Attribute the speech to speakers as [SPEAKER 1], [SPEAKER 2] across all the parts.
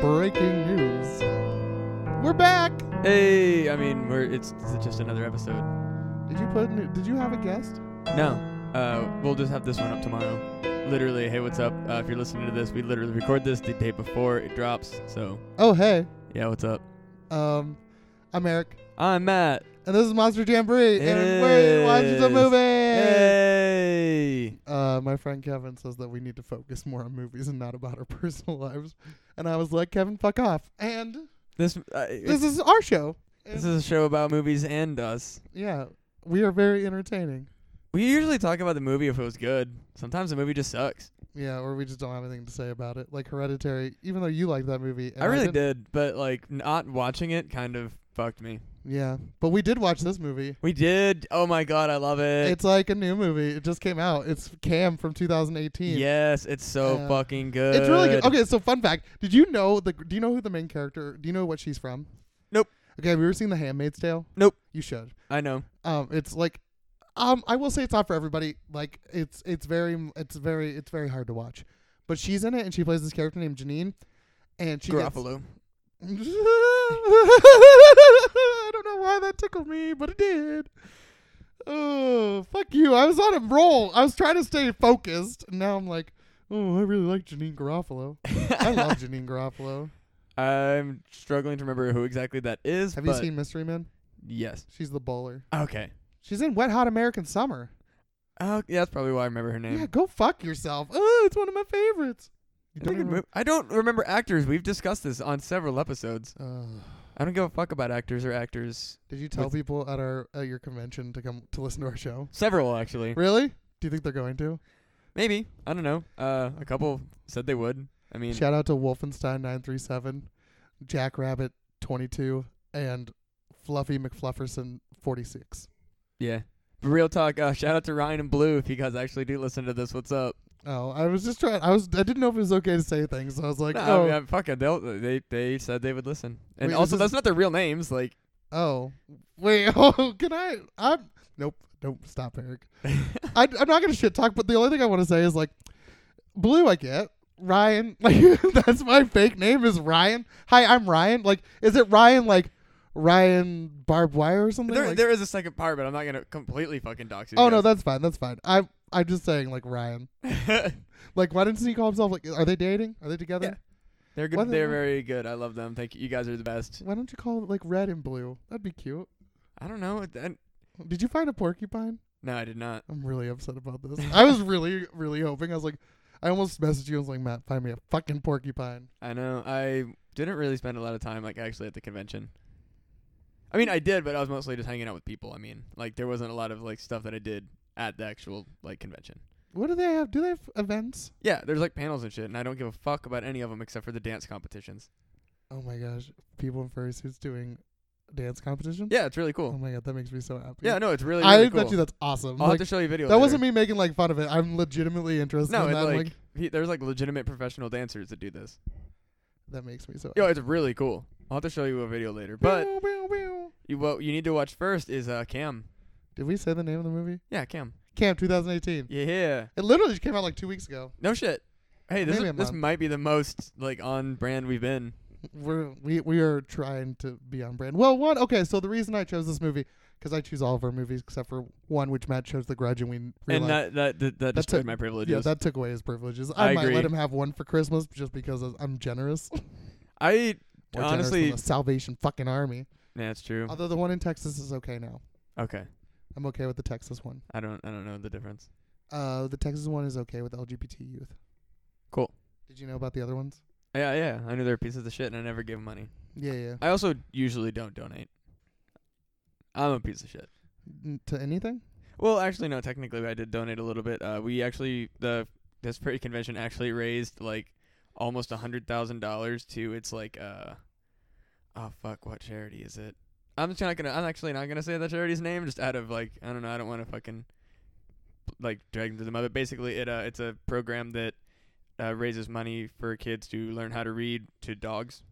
[SPEAKER 1] Breaking news. We're back.
[SPEAKER 2] Hey, I mean, we're it's just another episode.
[SPEAKER 1] Did you put? New, did you have a guest?
[SPEAKER 2] No, uh, we'll just have this one up tomorrow. Literally, hey, what's up? Uh, if you're listening to this, we literally record this the day before it drops. So
[SPEAKER 1] Oh hey,
[SPEAKER 2] yeah, what's up?
[SPEAKER 1] um, I'm Eric,
[SPEAKER 2] I'm Matt.
[SPEAKER 1] and this is Monster Jamboree, and we're watching the
[SPEAKER 2] Yes.
[SPEAKER 1] movie.
[SPEAKER 2] Hey.
[SPEAKER 1] Uh, my friend Kevin says that we need to focus more on movies and not about our personal lives, and I was like, Kevin, fuck off. And
[SPEAKER 2] This uh,
[SPEAKER 1] this
[SPEAKER 2] this,
[SPEAKER 1] is our show.
[SPEAKER 2] this is a show about movies and us.
[SPEAKER 1] yeah, we are very entertaining.
[SPEAKER 2] We usually talk about the movie if it was good. Sometimes the movie just sucks.
[SPEAKER 1] Yeah, or we just don't have anything to say about it. Like Hereditary, even though you liked that movie, and
[SPEAKER 2] I really
[SPEAKER 1] didn't-
[SPEAKER 2] did, but like not watching it kind of fucked me.
[SPEAKER 1] Yeah, but we did watch this movie.
[SPEAKER 2] We did. Oh my god, I love it.
[SPEAKER 1] It's like a new movie. It just came out. It's Cam from 2018.
[SPEAKER 2] yes, it's so
[SPEAKER 1] Yeah.
[SPEAKER 2] fucking good.
[SPEAKER 1] It's really good. Okay, so fun fact: Did you know the? Do you know who the main character? Do you know what she's from?
[SPEAKER 2] Nope.
[SPEAKER 1] Okay, have you ever seen The Handmaid's Tale?
[SPEAKER 2] Nope.
[SPEAKER 1] You should.
[SPEAKER 2] I know.
[SPEAKER 1] Um, it's like, um, I will say it's not for everybody. Like, it's it's very it's very it's very hard to watch, but she's in it and she plays this character named Janine, and she gets-
[SPEAKER 2] Garofalo.
[SPEAKER 1] I don't know why that tickled me, but it did. Oh, fuck you. I was on a roll. I was trying to stay focused. And now I'm like, oh, I really like Janine Garofalo. I love Janine Garofalo.
[SPEAKER 2] I'm struggling to remember who exactly that is.
[SPEAKER 1] Have you
[SPEAKER 2] but
[SPEAKER 1] seen Mystery Men?
[SPEAKER 2] Yes.
[SPEAKER 1] She's the bowler.
[SPEAKER 2] Okay.
[SPEAKER 1] She's in Wet Hot American Summer.
[SPEAKER 2] Oh, yeah, that's probably why I remember her name.
[SPEAKER 1] Yeah, go fuck yourself. Oh, it's one of my favorites. You
[SPEAKER 2] I, think it
[SPEAKER 1] even-
[SPEAKER 2] mov- I don't remember actors. We've discussed this on several episodes.
[SPEAKER 1] Ugh.
[SPEAKER 2] I don't give a fuck about actors or actors.
[SPEAKER 1] did you tell
[SPEAKER 2] With-
[SPEAKER 1] people at our at your convention to come to listen to our show?
[SPEAKER 2] Several actually.
[SPEAKER 1] Really? Do you think they're going to?
[SPEAKER 2] Maybe. I don't know. Uh, a couple said they would. I mean,
[SPEAKER 1] Shout out to Wolfenstein nine three seven, Jackrabbit twenty two, and Fluffy McFlufferson forty six.
[SPEAKER 2] yeah. But real talk. Uh, shout out to Ryan and Blue if you guys actually do listen to this. What's up?
[SPEAKER 1] Oh, I was just trying. I was. I didn't know if it was okay to say things. So I was like,
[SPEAKER 2] No, I
[SPEAKER 1] oh,
[SPEAKER 2] mean, I'm- fuck it. They'll, they they said they would listen. And
[SPEAKER 1] Wait, this
[SPEAKER 2] also,
[SPEAKER 1] is-
[SPEAKER 2] that's not their real names. Like,
[SPEAKER 1] oh, wait. Oh, can I? I'm. Nope. Don't stop, Eric. I, I'm not gonna shit talk. But the only thing I want to say is like, blue. I get Ryan. Like that's my fake name is Ryan. Hi, I'm Ryan. Like, is it Ryan? Like Ryan barbed wire or something?
[SPEAKER 2] there,
[SPEAKER 1] Like-
[SPEAKER 2] there is a second part, but I'm not gonna completely fucking dox you.
[SPEAKER 1] Oh no, that's fine. That's fine. I'm I'm just saying like Ryan.
[SPEAKER 2] that.
[SPEAKER 1] Like why didn't he call himself like are they dating? Are they together?
[SPEAKER 2] they're good.
[SPEAKER 1] What the
[SPEAKER 2] They're
[SPEAKER 1] hell?
[SPEAKER 2] very good. I love them. Thank you. You guys are the best.
[SPEAKER 1] Why don't you call it like red and blue? That'd be cute.
[SPEAKER 2] I don't know. it- I-
[SPEAKER 1] Did you find a porcupine?
[SPEAKER 2] no, I did not.
[SPEAKER 1] I'm really upset about this. I was really, really hoping. I was like I almost messaged you. I was like, Matt, find me a fucking porcupine.
[SPEAKER 2] I know. I didn't really spend a lot of time like actually at the convention. I mean, I did, but I was mostly just hanging out with people. I mean, like there wasn't a lot of like stuff that I did at the actual like convention.
[SPEAKER 1] What do they have? Do they have events?
[SPEAKER 2] Yeah, there's like panels and shit, and I don't give a fuck about any of them except for the dance competitions.
[SPEAKER 1] Oh my gosh. People in furry suits doing dance competition?
[SPEAKER 2] Yeah, it's really cool.
[SPEAKER 1] Oh my god, that makes me so happy.
[SPEAKER 2] Yeah, no, it's really,
[SPEAKER 1] I
[SPEAKER 2] really cool.
[SPEAKER 1] bet you that's awesome.
[SPEAKER 2] I'll have
[SPEAKER 1] Like,
[SPEAKER 2] to show you a video.
[SPEAKER 1] that wasn't me making like fun of it. I'm legitimately interested
[SPEAKER 2] No,
[SPEAKER 1] in
[SPEAKER 2] it's
[SPEAKER 1] that. I'm
[SPEAKER 2] like,
[SPEAKER 1] like,
[SPEAKER 2] he, there's like legitimate professional dancers that do this.
[SPEAKER 1] that makes me so
[SPEAKER 2] Yo, it's really cool. I'll have to show you a video later. But
[SPEAKER 1] Meow, meow, meow.
[SPEAKER 2] you, what you need to watch first is uh, Cam.
[SPEAKER 1] did we say the name of the movie?
[SPEAKER 2] Yeah, Cam.
[SPEAKER 1] Camp 2018.
[SPEAKER 2] Yeah.
[SPEAKER 1] It literally just came out like two weeks ago.
[SPEAKER 2] No shit. Hey, this
[SPEAKER 1] Maybe
[SPEAKER 2] is,
[SPEAKER 1] a
[SPEAKER 2] this
[SPEAKER 1] month.
[SPEAKER 2] might be the most like on brand we've been.
[SPEAKER 1] We're we we are trying to be on brand. Well, one okay. So the reason I chose this movie because I choose all of our movies except for one, which Matt chose The Grudge, and we
[SPEAKER 2] and
[SPEAKER 1] realized-
[SPEAKER 2] that that that, that
[SPEAKER 1] That's
[SPEAKER 2] destroyed
[SPEAKER 1] a-
[SPEAKER 2] my privileges.
[SPEAKER 1] yeah, that took away his privileges. I,
[SPEAKER 2] I
[SPEAKER 1] might let
[SPEAKER 2] agree.
[SPEAKER 1] him have one for Christmas just because I'm generous. More
[SPEAKER 2] I
[SPEAKER 1] generous
[SPEAKER 2] honestly,
[SPEAKER 1] than the Salvation fucking Army.
[SPEAKER 2] yeah, it's true.
[SPEAKER 1] Although the one in Texas is okay now.
[SPEAKER 2] Okay,
[SPEAKER 1] I'm okay with the Texas one.
[SPEAKER 2] I don't I don't know the difference.
[SPEAKER 1] Uh, the Texas one is okay with LGBT youth.
[SPEAKER 2] Cool.
[SPEAKER 1] Did you know about the other ones?
[SPEAKER 2] Yeah, yeah. I knew they were pieces of shit, and I never gave 'em money.
[SPEAKER 1] Yeah, yeah.
[SPEAKER 2] I also usually don't donate. I'm a piece of shit.
[SPEAKER 1] N- to anything?
[SPEAKER 2] Well, actually, no. Technically, I did donate a little bit. Uh, we actually the this pretty convention actually raised like almost a hundred thousand dollars to its like uh oh fuck, what charity is it? I'm just not gonna. I'm actually not gonna say the charity's name. Just out of like I don't know. I don't want to fucking like drag them to the mud. But basically, it uh it's a program that uh, raises money for kids to learn how to read to dogs.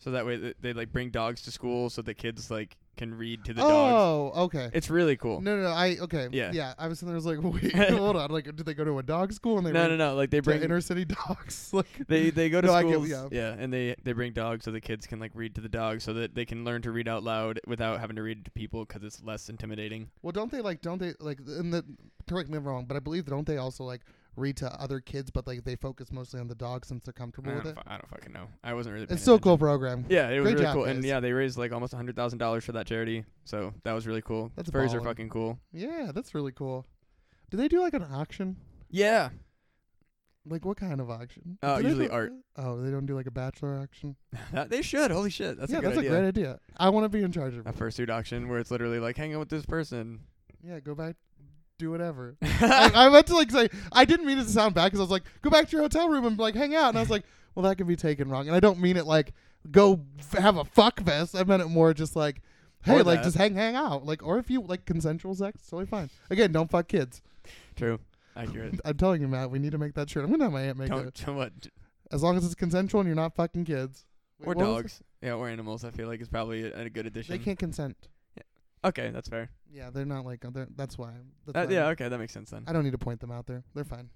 [SPEAKER 2] So that way th- they like bring dogs to school so the kids like can read to the dogs.
[SPEAKER 1] oh, okay.
[SPEAKER 2] It's really cool.
[SPEAKER 1] No, no, no, I okay.
[SPEAKER 2] Yeah.
[SPEAKER 1] yeah. I was sitting there, I was like, wait, hold on. Like, did they go to a dog school and they
[SPEAKER 2] No,
[SPEAKER 1] were
[SPEAKER 2] no, no. Like they
[SPEAKER 1] to
[SPEAKER 2] bring
[SPEAKER 1] inner city dogs? Like,
[SPEAKER 2] they they go to
[SPEAKER 1] No, I get-
[SPEAKER 2] schools,
[SPEAKER 1] yeah.
[SPEAKER 2] yeah, and they they bring dogs so the kids can like read to the dogs so that they can learn to read out loud without having to read to people because it's less intimidating.
[SPEAKER 1] well, don't they like? Don't they like? And the correct me if I'm wrong, but I believe don't they also like read to other kids, but like they focus mostly on the dogs since they're comfortable
[SPEAKER 2] I
[SPEAKER 1] with
[SPEAKER 2] don't,
[SPEAKER 1] it.
[SPEAKER 2] fu- I don't fucking know. I wasn't really.
[SPEAKER 1] It's
[SPEAKER 2] paying
[SPEAKER 1] still a
[SPEAKER 2] attention.
[SPEAKER 1] cool program.
[SPEAKER 2] Yeah, it was
[SPEAKER 1] Great
[SPEAKER 2] really
[SPEAKER 1] job,
[SPEAKER 2] cool, and
[SPEAKER 1] guys.
[SPEAKER 2] yeah, they raised like almost hundred thousand dollars for that charity, so that was really cool.
[SPEAKER 1] That's
[SPEAKER 2] Furries are
[SPEAKER 1] ballin'.
[SPEAKER 2] fucking cool.
[SPEAKER 1] Yeah, that's really cool. Do they do like an auction?
[SPEAKER 2] Yeah,
[SPEAKER 1] Like what kind of auction?
[SPEAKER 2] Uh,
[SPEAKER 1] Do they
[SPEAKER 2] usually
[SPEAKER 1] do-
[SPEAKER 2] art.
[SPEAKER 1] Oh, they don't do like a bachelor auction.
[SPEAKER 2] That- they should. Holy shit, that's
[SPEAKER 1] yeah,
[SPEAKER 2] a good
[SPEAKER 1] that's
[SPEAKER 2] idea. Uh,
[SPEAKER 1] a great idea. I want to be in charge of.
[SPEAKER 2] a
[SPEAKER 1] it.
[SPEAKER 2] fursuit auction where it's literally like hang out with this person.
[SPEAKER 1] Yeah, go back, do whatever. I, I meant to like say I didn't mean it to sound bad because I was like, go back to your hotel room and like hang out, and I was like, well, that could be taken wrong, and I don't mean it like go f- have a fuck fest. I meant it more just like, hey,
[SPEAKER 2] Or
[SPEAKER 1] like
[SPEAKER 2] that.
[SPEAKER 1] just hang hang out, like or if you like consensual sex, totally fine. Again, don't fuck kids.
[SPEAKER 2] True, accurate.
[SPEAKER 1] I'm telling you, Matt, we need to make that shirt. I'm gonna have my aunt make it
[SPEAKER 2] Don't what
[SPEAKER 1] as long as it's consensual and you're not fucking kids Wait,
[SPEAKER 2] or
[SPEAKER 1] what was
[SPEAKER 2] dogs. Yeah, or animals. I feel like it's probably a, a good
[SPEAKER 1] the- They
[SPEAKER 2] addition.
[SPEAKER 1] can't consent.
[SPEAKER 2] Okay, that's fair.
[SPEAKER 1] Yeah, they're not like other. That's why. That's
[SPEAKER 2] Uh,
[SPEAKER 1] why
[SPEAKER 2] yeah, okay, that makes sense then.
[SPEAKER 1] I don't need to point them out there. They're fine.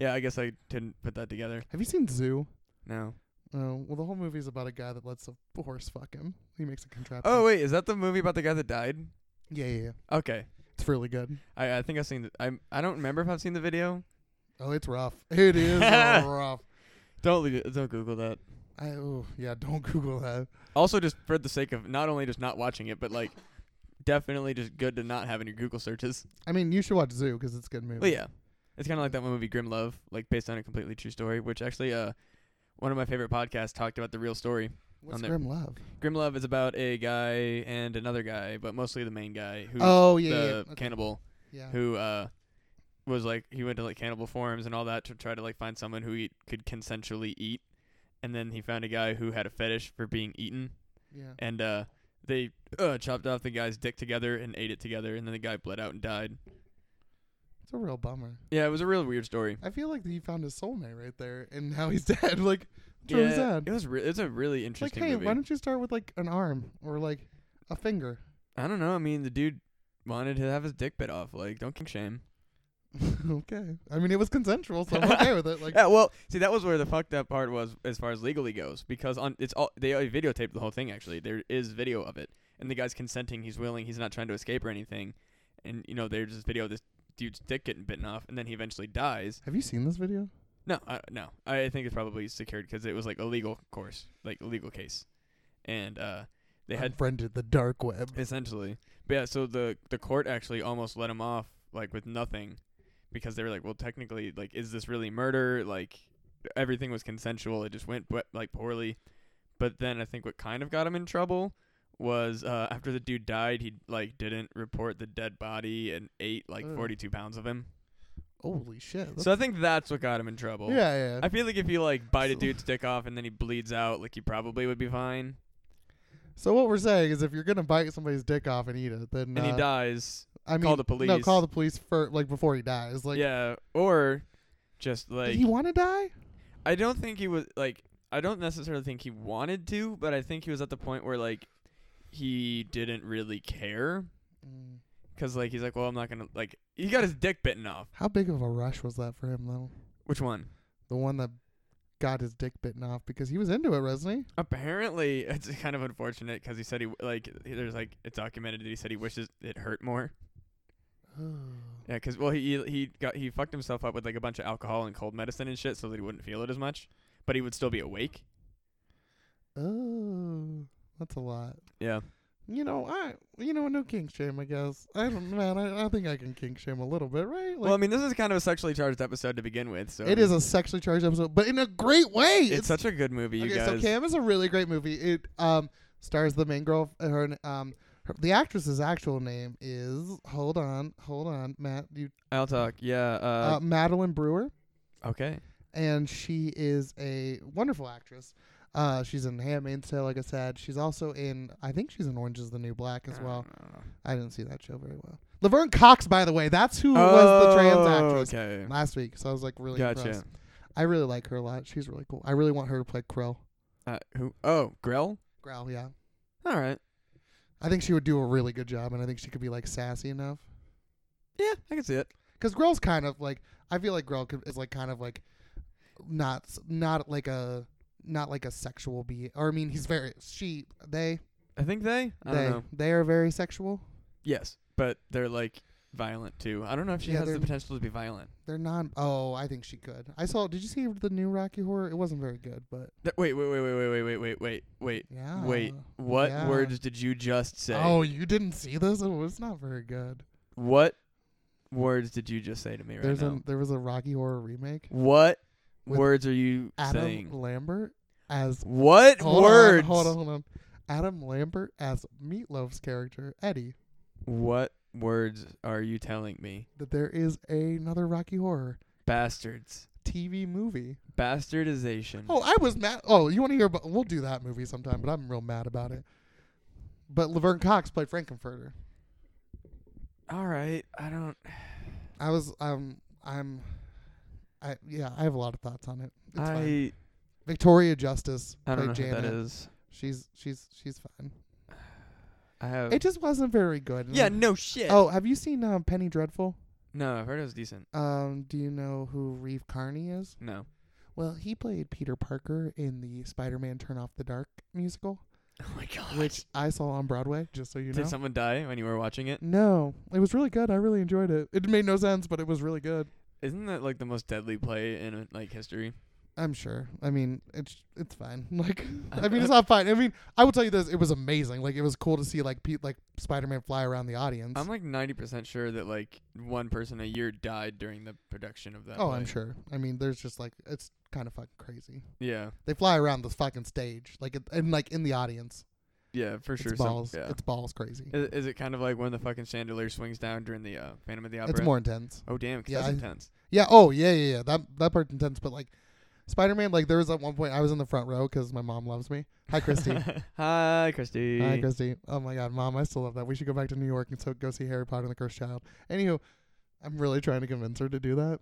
[SPEAKER 2] Yeah, I guess I didn't put that together.
[SPEAKER 1] Have you seen Zoo?
[SPEAKER 2] No.
[SPEAKER 1] Oh, well, the whole movie's about a guy that lets a horse fuck him. He makes a contraption.
[SPEAKER 2] Oh wait, is that the movie about the guy that died?
[SPEAKER 1] yeah, yeah, yeah.
[SPEAKER 2] Okay,
[SPEAKER 1] It's really good.
[SPEAKER 2] I I think I've seen. The, I I don't remember if I've seen the video.
[SPEAKER 1] Oh, it's rough. It is rough.
[SPEAKER 2] Don't leave it- don't Google that.
[SPEAKER 1] I oh yeah, don't Google that.
[SPEAKER 2] Also, just for the sake of not only just not watching it, but like definitely just good to not have in your Google searches.
[SPEAKER 1] I mean, you should watch Zoo 'cause it's a good movie.
[SPEAKER 2] But yeah, it's kind of like that one movie Grim Love, like based on a completely true story, which actually uh one of my favorite podcasts talked about the real story.
[SPEAKER 1] What's
[SPEAKER 2] on there.
[SPEAKER 1] Grim Love?
[SPEAKER 2] Grim Love is about a guy and another guy, but mostly the main guy who's
[SPEAKER 1] Oh
[SPEAKER 2] the
[SPEAKER 1] yeah, yeah, yeah. Okay.
[SPEAKER 2] cannibal
[SPEAKER 1] yeah.
[SPEAKER 2] who uh was like he went to like cannibal forums and all that to try to like find someone who he could consensually eat and then he found a guy who had a fetish for being eaten
[SPEAKER 1] yeah.
[SPEAKER 2] and uh they uh, chopped off the guy's dick together and ate it together and then the guy bled out and died
[SPEAKER 1] It's a real bummer.
[SPEAKER 2] yeah it was a real weird story
[SPEAKER 1] I feel like he found his soulmate right there, and now he's dead. like, it's really
[SPEAKER 2] yeah,
[SPEAKER 1] sad.
[SPEAKER 2] it was re- it's a really
[SPEAKER 1] like,
[SPEAKER 2] interesting
[SPEAKER 1] hey,
[SPEAKER 2] movie
[SPEAKER 1] why don't you start with like an arm or like a finger?
[SPEAKER 2] i don't know i mean the dude wanted to have his dick bit off like don't kink shame
[SPEAKER 1] okay. I mean, it was consensual, so I'm okay with it. Like,
[SPEAKER 2] yeah, well, see, that was where the fucked up part was as far as legally goes, because on it's all they already videotaped the whole thing. Actually, there is video of it, and the guy's consenting. He's willing. He's not trying to escape or anything. And you know, there's this video of this dude's dick getting bitten off, and then he eventually dies.
[SPEAKER 1] have you seen this video?
[SPEAKER 2] No, I, no, I think it's probably secured because it was like a legal course, like a legal case, and uh, they had
[SPEAKER 1] unfriended the dark web.
[SPEAKER 2] Essentially. But yeah, so the the court actually almost let him off like with nothing because they were like, well, technically, like, is this really murder? Like, everything was consensual. It just went but, like poorly. But then I think what kind of got him in trouble was uh, after the dude died, he like didn't report the dead body and ate like
[SPEAKER 1] Ugh.
[SPEAKER 2] 42 pounds of him.
[SPEAKER 1] Holy shit! that's-
[SPEAKER 2] So I think that's what got him in trouble.
[SPEAKER 1] yeah, yeah.
[SPEAKER 2] I feel like if you like bite a
[SPEAKER 1] So-
[SPEAKER 2] dude's dick off and then he bleeds out, like he probably would be fine.
[SPEAKER 1] so what we're saying is, if you're gonna bite somebody's dick off and eat it, then
[SPEAKER 2] And he
[SPEAKER 1] uh,
[SPEAKER 2] dies.
[SPEAKER 1] I mean,
[SPEAKER 2] call
[SPEAKER 1] No,
[SPEAKER 2] the police.
[SPEAKER 1] call the police for like before he dies. Like,
[SPEAKER 2] yeah, or just
[SPEAKER 1] did
[SPEAKER 2] like
[SPEAKER 1] he want to die?
[SPEAKER 2] I don't think he was like I don't necessarily think he wanted to, but I think he was at the point where like he didn't really care
[SPEAKER 1] Mm.
[SPEAKER 2] cuz like he's like, "Well, I'm not going to like he got his dick bitten off."
[SPEAKER 1] How big of a rush was that for him, though?
[SPEAKER 2] Which one?
[SPEAKER 1] The one that got his dick bitten off because he was into it, wasn't he?
[SPEAKER 2] Apparently, it's kind of unfortunate cuz he said he like there's like it's documented that he said he wishes it hurt more. Yeah, cuz well he he got he fucked himself up with like a bunch of alcohol and cold medicine and shit so that he wouldn't feel it as much, but he would still be awake.
[SPEAKER 1] oh, that's a lot.
[SPEAKER 2] Yeah.
[SPEAKER 1] You know, I you know no kink shame. I guess I don't man. I, I think I can kink shame a little bit, right? Like,
[SPEAKER 2] well, I mean, this is kind of a sexually charged episode to begin with, so I
[SPEAKER 1] it
[SPEAKER 2] mean,
[SPEAKER 1] is a sexually charged episode, but in a great way.
[SPEAKER 2] It's, such a good movie, you
[SPEAKER 1] okay,
[SPEAKER 2] guys.
[SPEAKER 1] so Cam is a really great movie. It um stars the main girl. uh, Her um her, the actress's actual name is hold on, hold on, Matt. You
[SPEAKER 2] I'll talk. Yeah.
[SPEAKER 1] uh,
[SPEAKER 2] Uh,
[SPEAKER 1] Madeline Brewer,
[SPEAKER 2] okay.
[SPEAKER 1] and she is a wonderful actress. Uh, she's in Handmaid's Tale, like I said. She's also in, I think she's in Orange is the New Black as well.
[SPEAKER 2] Uh, Ah.
[SPEAKER 1] I didn't see that show very well. Laverne Cox, by the way, that's who was the trans actress
[SPEAKER 2] oh, Okay.
[SPEAKER 1] last week. So I was like really
[SPEAKER 2] Gotcha.
[SPEAKER 1] impressed. I really like her a lot. She's really cool. I really want her to play Krill.
[SPEAKER 2] Uh, who? Oh, Grell.
[SPEAKER 1] Growl, yeah.
[SPEAKER 2] All right.
[SPEAKER 1] I think she would do a really good job, and I think she could be like sassy enough.
[SPEAKER 2] Yeah, I can see it.
[SPEAKER 1] Because Grell's kind of like I feel like Grell could, is like kind of like not not like a not like a sexual be or I mean he's very she they
[SPEAKER 2] I think they. I
[SPEAKER 1] they
[SPEAKER 2] don't know.
[SPEAKER 1] they are very sexual.
[SPEAKER 2] Yes, but they're like violent too. I don't know if she
[SPEAKER 1] Yeah,
[SPEAKER 2] has the
[SPEAKER 1] they're-
[SPEAKER 2] potential to be violent.
[SPEAKER 1] They're non. Oh, I think she could. I saw. Did you see the new Rocky Horror? It wasn't very good, but
[SPEAKER 2] Th- wait, wait, wait, wait, wait, wait, wait, wait, wait,
[SPEAKER 1] yeah.
[SPEAKER 2] wait. What
[SPEAKER 1] yeah.
[SPEAKER 2] words did you just say?
[SPEAKER 1] Oh, you didn't see this? It was not very good.
[SPEAKER 2] What words did you just say to me right
[SPEAKER 1] There's
[SPEAKER 2] now?
[SPEAKER 1] a there was a Rocky Horror remake.
[SPEAKER 2] what
[SPEAKER 1] With
[SPEAKER 2] words are you
[SPEAKER 1] Adam
[SPEAKER 2] saying?
[SPEAKER 1] Lambert as
[SPEAKER 2] What
[SPEAKER 1] hold
[SPEAKER 2] words?
[SPEAKER 1] On, hold on, hold on. Adam Lambert as Meatloaf's character Eddie.
[SPEAKER 2] What words are you telling me?
[SPEAKER 1] That there is another Rocky Horror
[SPEAKER 2] Bastards.
[SPEAKER 1] TV movie.
[SPEAKER 2] Bastardization.
[SPEAKER 1] Oh, I was mad. Oh, you want to hear? About, we'll do that movie sometime, but I'm real mad about it. But Laverne Cox played Frankenfurter.
[SPEAKER 2] All right. I don't.
[SPEAKER 1] I was um I'm I yeah, I have a lot of thoughts on it. It's fine.
[SPEAKER 2] I.
[SPEAKER 1] Victoria Justice
[SPEAKER 2] I
[SPEAKER 1] played
[SPEAKER 2] don't know who
[SPEAKER 1] Janet.
[SPEAKER 2] that is.
[SPEAKER 1] She's she's she's fine.
[SPEAKER 2] I have.
[SPEAKER 1] It just wasn't very good.
[SPEAKER 2] Oh. yeah.
[SPEAKER 1] And-
[SPEAKER 2] No shit.
[SPEAKER 1] Oh, have you seen um, Penny Dreadful?
[SPEAKER 2] No, I've heard it was decent.
[SPEAKER 1] Um, do you know who Reeve Carney is?
[SPEAKER 2] No.
[SPEAKER 1] Well, he played Peter Parker in the Spider-Man Turn Off the Dark musical,
[SPEAKER 2] Oh my god.
[SPEAKER 1] which I saw on Broadway. Just so you
[SPEAKER 2] Did
[SPEAKER 1] know.
[SPEAKER 2] someone die when you were watching it?
[SPEAKER 1] no, it was really good. I really enjoyed it. It made no sense, but it was really good.
[SPEAKER 2] Isn't that like the most deadly play in like history?
[SPEAKER 1] I'm sure. I mean, it's it's fine. Like, I mean, it's not fine. I mean, I will tell you this: it was amazing. Like, it was cool to see like Pete, like Spider-Man fly around the audience.
[SPEAKER 2] I'm like 90% sure that like one person a year died during the production of that.
[SPEAKER 1] oh,
[SPEAKER 2] play.
[SPEAKER 1] I'm sure. I mean, there's just like it's kind of fucking crazy.
[SPEAKER 2] Yeah.
[SPEAKER 1] They fly around the fucking stage, like it- and like in the audience.
[SPEAKER 2] Yeah, for sure.
[SPEAKER 1] it's balls.
[SPEAKER 2] Some, yeah.
[SPEAKER 1] It's balls crazy.
[SPEAKER 2] is, is it kind of like when the fucking chandelier swings down during the uh, Phantom of the Opera?
[SPEAKER 1] It's more intense.
[SPEAKER 2] Oh damn, 'cause
[SPEAKER 1] Yeah,
[SPEAKER 2] that's
[SPEAKER 1] I-
[SPEAKER 2] intense.
[SPEAKER 1] Yeah. Oh, yeah, yeah, yeah. That that part's intense, but like. Spider-Man, like there was at one point I was in the front row because my mom loves me. Hi, Christy.
[SPEAKER 2] Hi, Christy.
[SPEAKER 1] Hi, Christy. Oh my God, Mom, I still love that. We should go back to New York and so go see Harry Potter and the Cursed Child. Anywho, I'm really trying to convince her to do that.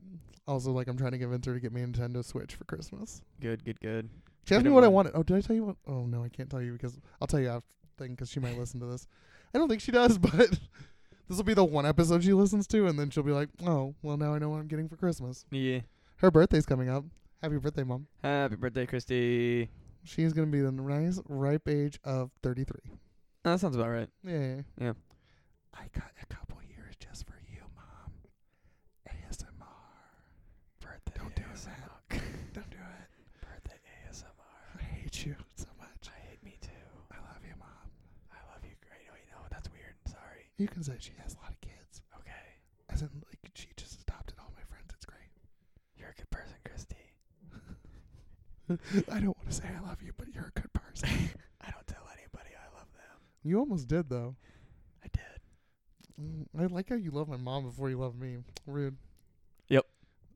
[SPEAKER 1] Also, like I'm trying to convince her to get me a Nintendo Switch for Christmas.
[SPEAKER 2] Good, good, good.
[SPEAKER 1] She asked me
[SPEAKER 2] Get her
[SPEAKER 1] what I
[SPEAKER 2] one.
[SPEAKER 1] wanted. Oh, did I tell you what? Oh no, I can't tell you because I'll tell you after thing because she might listen to this. I don't think she does, but this will be the one episode she listens to, and then she'll be like, "Oh, well, now I know what I'm getting for Christmas."
[SPEAKER 2] Yeah.
[SPEAKER 1] Her birthday's coming up. Happy birthday, Mom.
[SPEAKER 2] Happy birthday, Christy.
[SPEAKER 1] She is gonna be the nice, ripe age of 33.
[SPEAKER 2] Oh, that sounds about right.
[SPEAKER 1] Yeah.
[SPEAKER 2] Yeah.
[SPEAKER 1] I got a couple years just for you, mom. ASMR.
[SPEAKER 2] Birthday.
[SPEAKER 1] Don't do it,
[SPEAKER 2] ASMR.
[SPEAKER 1] Don't do it.
[SPEAKER 2] birthday ASMR.
[SPEAKER 1] I hate you so much.
[SPEAKER 2] I hate me too.
[SPEAKER 1] I love you, mom.
[SPEAKER 2] I love you. Great. Wait, no, that's weird. Sorry.
[SPEAKER 1] You can say she has a lot of kids.
[SPEAKER 2] Okay.
[SPEAKER 1] As in, like, she just adopted all my friends. It's great.
[SPEAKER 2] You're a good person, Christy.
[SPEAKER 1] I don't want to say I love you, but you're a good person.
[SPEAKER 2] I don't tell anybody I love them.
[SPEAKER 1] You almost did, though.
[SPEAKER 2] I did.
[SPEAKER 1] Mm, I like how you love my mom before you love me. Rude.
[SPEAKER 2] Yep.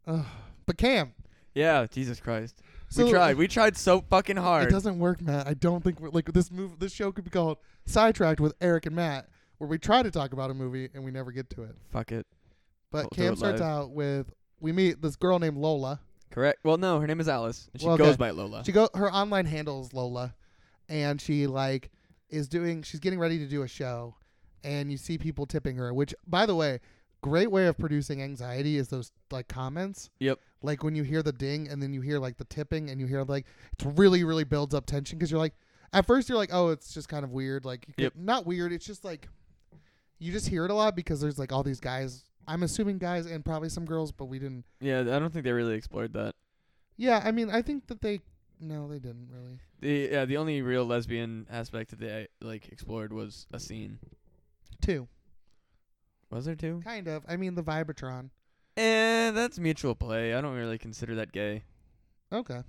[SPEAKER 1] Ugh. but Cam,
[SPEAKER 2] Yeah, Jesus Christ.
[SPEAKER 1] So-
[SPEAKER 2] we tried. We tried so fucking
[SPEAKER 1] It
[SPEAKER 2] hard.
[SPEAKER 1] doesn't work, Matt. I don't think we're, like this move. This show could be called "Sidetracked with Eric and Matt," where we try to talk about a movie and we never get to it.
[SPEAKER 2] Fuck it.
[SPEAKER 1] But
[SPEAKER 2] We'll do
[SPEAKER 1] Cam
[SPEAKER 2] it
[SPEAKER 1] starts
[SPEAKER 2] live.
[SPEAKER 1] out with we meet this girl named Lola.
[SPEAKER 2] Correct. Well, no, her name is Alice. And she
[SPEAKER 1] Well, okay.
[SPEAKER 2] goes by Lola.
[SPEAKER 1] She go her online handle is Lola, and she like is doing. She's getting ready to do a show, and you see people tipping her. Which, by the way, great way of producing anxiety is those like comments.
[SPEAKER 2] Yep.
[SPEAKER 1] Like when you hear the ding and then you hear like the tipping and you hear like it's really really builds up tension because you're like at first you're like oh it's just kind of weird like you could-
[SPEAKER 2] Yep.
[SPEAKER 1] not weird it's just like you just hear it a lot because there's like all these guys I'm assuming guys and probably some girls but we didn't
[SPEAKER 2] yeah, I don't think they really explored that.
[SPEAKER 1] yeah I mean I think that they no they didn't really
[SPEAKER 2] The yeah, the only real lesbian aspect that they like explored was a scene.
[SPEAKER 1] two
[SPEAKER 2] Was there two?
[SPEAKER 1] Kind of. I mean, the Vibatron.
[SPEAKER 2] Eh, that's mutual play. I don't really consider that gay.
[SPEAKER 1] Okay.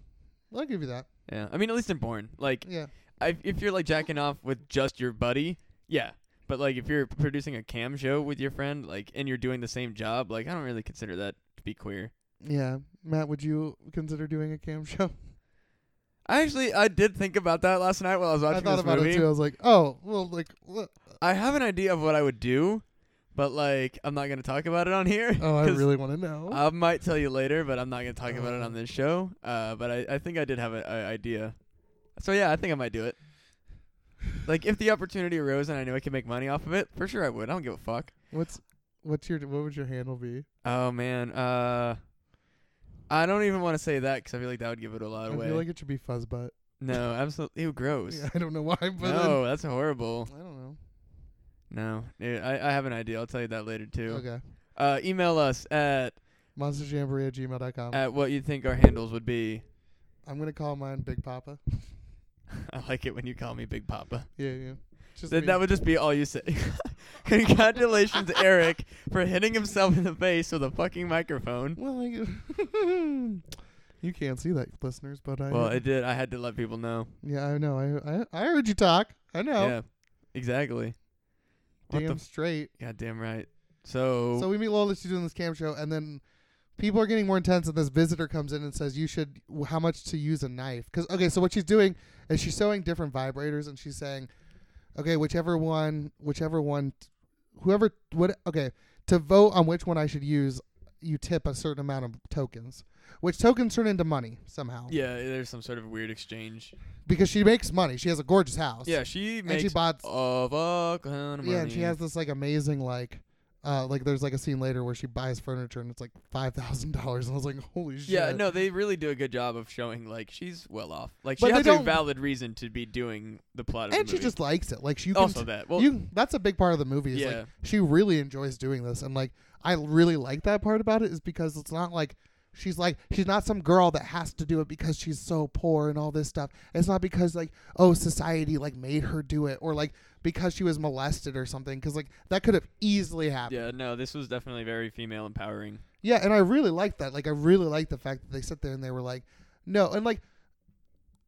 [SPEAKER 1] I'll give you that.
[SPEAKER 2] Yeah, I mean at least in porn. Like,
[SPEAKER 1] Yeah.
[SPEAKER 2] I, if you're like jacking off with just your buddy, yeah. But like if you're producing a cam show with your friend, like, and you're doing the same job, like, I don't really consider that to be queer.
[SPEAKER 1] Yeah. Matt, would you consider doing a cam show?
[SPEAKER 2] I actually I did think about that last night while I was watching
[SPEAKER 1] I thought
[SPEAKER 2] this
[SPEAKER 1] about
[SPEAKER 2] movie.
[SPEAKER 1] it too. I was like, oh, well, like, wha-
[SPEAKER 2] I have an idea of what I would do, but like I'm not gonna talk about it on here.
[SPEAKER 1] oh, I
[SPEAKER 2] 'cause
[SPEAKER 1] really want to know.
[SPEAKER 2] I might tell you later, but I'm not gonna talk about it
[SPEAKER 1] Oh.
[SPEAKER 2] on this show. Uh, but I, I think I did have an idea. So yeah, I think I might do it. Like if the opportunity arose and I knew I could make money off of it, for sure I would. I don't give a fuck.
[SPEAKER 1] What's what's your what would your handle be?
[SPEAKER 2] Oh man, uh, I don't even want to say that because I feel like that would give it a lot
[SPEAKER 1] I
[SPEAKER 2] away.
[SPEAKER 1] feel like it should be Fuzzbutt.
[SPEAKER 2] no, absolutely, ew, gross.
[SPEAKER 1] I don't know why, but then-
[SPEAKER 2] no, that's horrible.
[SPEAKER 1] I don't know.
[SPEAKER 2] No, Dude, I I have an idea. I'll tell you that later too.
[SPEAKER 1] Okay,
[SPEAKER 2] Uh, email us at
[SPEAKER 1] monsterjamboree at gmail.com.
[SPEAKER 2] at what you think our handles would be.
[SPEAKER 1] I'm gonna call mine Big Papa.
[SPEAKER 2] I like it when you call me Big Papa.
[SPEAKER 1] Yeah, yeah. Just
[SPEAKER 2] Then
[SPEAKER 1] me.
[SPEAKER 2] that would just be all you say. Congratulations, Eric, for hitting himself in the face with a fucking microphone.
[SPEAKER 1] well, I, you can't see that, listeners, but I.
[SPEAKER 2] Well, it did. I had to let people know.
[SPEAKER 1] yeah, I know. I, I I heard you talk. I know.
[SPEAKER 2] Yeah, exactly. What
[SPEAKER 1] Damn
[SPEAKER 2] the? F-
[SPEAKER 1] straight.
[SPEAKER 2] God damn right. So,
[SPEAKER 1] So we meet Lola. She's doing this cam show, and then people are getting more intense. And this visitor comes in and says, "You should w- how much to use a knife?" Because okay, so what she's doing is she's sewing different vibrators, and she's saying, "Okay, whichever one, whichever one, whoever, what? Okay, to vote on which one I should use, you tip a certain amount of tokens, which tokens turn into money somehow.
[SPEAKER 2] yeah, there's some sort of weird exchange.
[SPEAKER 1] because she makes money. She has a gorgeous house.
[SPEAKER 2] Yeah, she
[SPEAKER 1] and
[SPEAKER 2] makes
[SPEAKER 1] she bought
[SPEAKER 2] a fuck ton of
[SPEAKER 1] Yeah, and she
[SPEAKER 2] money.
[SPEAKER 1] has this like amazing like uh like there's like a scene later where she buys furniture and it's like five thousand dollars and I was like, Holy shit.
[SPEAKER 2] Yeah, no, they really do a good job of showing like she's well off. Like she
[SPEAKER 1] But
[SPEAKER 2] has
[SPEAKER 1] they
[SPEAKER 2] a
[SPEAKER 1] don't-
[SPEAKER 2] valid reason to be doing the plot of the
[SPEAKER 1] And she
[SPEAKER 2] movie.
[SPEAKER 1] just likes it. Like she can
[SPEAKER 2] also
[SPEAKER 1] t-
[SPEAKER 2] that. Well,
[SPEAKER 1] you that's a big part of the movie is
[SPEAKER 2] Yeah.
[SPEAKER 1] like she really enjoys doing this and like I really like that part about it is because it's not like she's like she's not some girl that has to do it because she's so poor and all this stuff. It's not because like oh society like made her do it or like because she was molested or something cuz like that could have easily happened.
[SPEAKER 2] yeah, no, this was definitely very female empowering.
[SPEAKER 1] Yeah, and I really liked that. Like I really liked the fact that they sit there and they were like, "No," and like,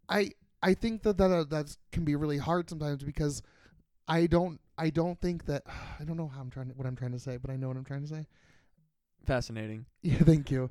[SPEAKER 1] I I think that that that can be really hard sometimes because I don't I don't think that I don't know how I'm trying to, what I'm trying to say, but I know what I'm trying to say.
[SPEAKER 2] Fascinating.
[SPEAKER 1] Yeah, thank you.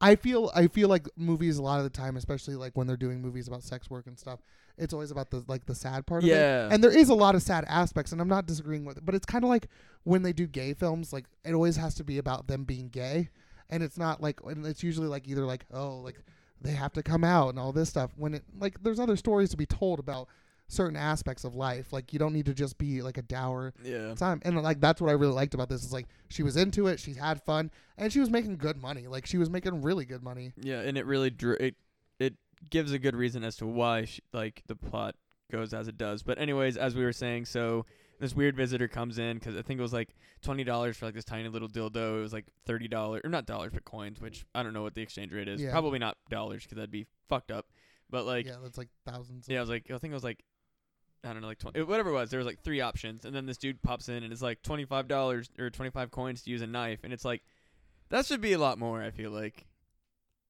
[SPEAKER 1] I feel I feel like movies a lot of the time, especially like when they're doing movies about sex work and stuff, it's always about the like the sad part of it.
[SPEAKER 2] Yeah.
[SPEAKER 1] And there is a lot of sad aspects, and I'm not disagreeing with it, but it's kind of like when they do gay films, like it always has to be about them being gay, and it's not like, and it's usually like either like oh like they have to come out and all this stuff. When it like there's other stories to be told about certain aspects of life, like you don't need to just be like a dour
[SPEAKER 2] yeah.
[SPEAKER 1] time, and like that's what I really liked about this is like she was into it, she had fun, and she was making good money. Like she was making really good money.
[SPEAKER 2] Yeah, and it really dr- it it gives a good reason as to why she, like the plot goes as it does. But anyways, as we were saying, so this weird visitor comes in 'cause I think it was like twenty dollars for like this tiny little dildo. It was like thirty dollars or not dollars but coins, which I don't know what the exchange rate is.
[SPEAKER 1] Yeah.
[SPEAKER 2] Probably not dollars 'cause that'd be fucked up. But like
[SPEAKER 1] yeah, that's like thousands.
[SPEAKER 2] yeah, I was like, I think it was like, I don't know, like twenty, whatever it was. There was like three options, and then this dude pops in and it's like twenty five dollars or twenty five coins to use a knife, and it's like, that should be a lot more. I feel like.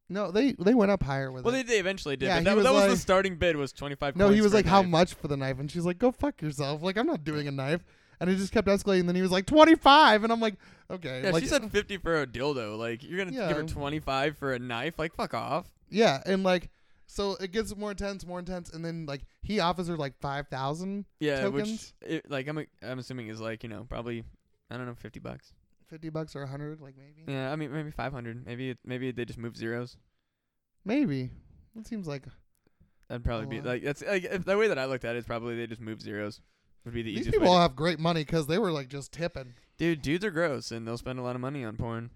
[SPEAKER 1] No, they they went up higher with
[SPEAKER 2] Well,
[SPEAKER 1] it.
[SPEAKER 2] they, they eventually did,
[SPEAKER 1] Yeah,
[SPEAKER 2] but
[SPEAKER 1] he
[SPEAKER 2] that was,
[SPEAKER 1] was
[SPEAKER 2] that was
[SPEAKER 1] like-
[SPEAKER 2] the starting bid was twenty five.
[SPEAKER 1] No, he was like, "How much for the knife?" And she's like, "Go fuck yourself." Like, I'm not doing a knife. And it just kept escalating. And then he was like, "25," and I'm like, "Okay."
[SPEAKER 2] Yeah,
[SPEAKER 1] like, uh,
[SPEAKER 2] she said fifty for a dildo. Like you're gonna give her
[SPEAKER 1] Yeah.
[SPEAKER 2] twenty five for a knife? Like fuck off.
[SPEAKER 1] "Yeah," and like, so it gets more intense, more intense, and then like he offers her like five thousand,
[SPEAKER 2] Yeah,
[SPEAKER 1] Tokens?
[SPEAKER 2] which it, like I'm I'm assuming is like you know probably I don't know fifty bucks.
[SPEAKER 1] fifty bucks or a hundred, like maybe,
[SPEAKER 2] Yeah, I mean maybe five hundred. Maybe it, maybe they just move zeros.
[SPEAKER 1] maybe. It seems like
[SPEAKER 2] That'd probably be
[SPEAKER 1] lot.
[SPEAKER 2] like that's like if, the way that I looked at it is probably they just move zeros. Would be the
[SPEAKER 1] these
[SPEAKER 2] easiest way.
[SPEAKER 1] people
[SPEAKER 2] to-
[SPEAKER 1] all have great money because they were like just tipping.
[SPEAKER 2] Dude, dudes are gross and they'll spend a lot of money on porn.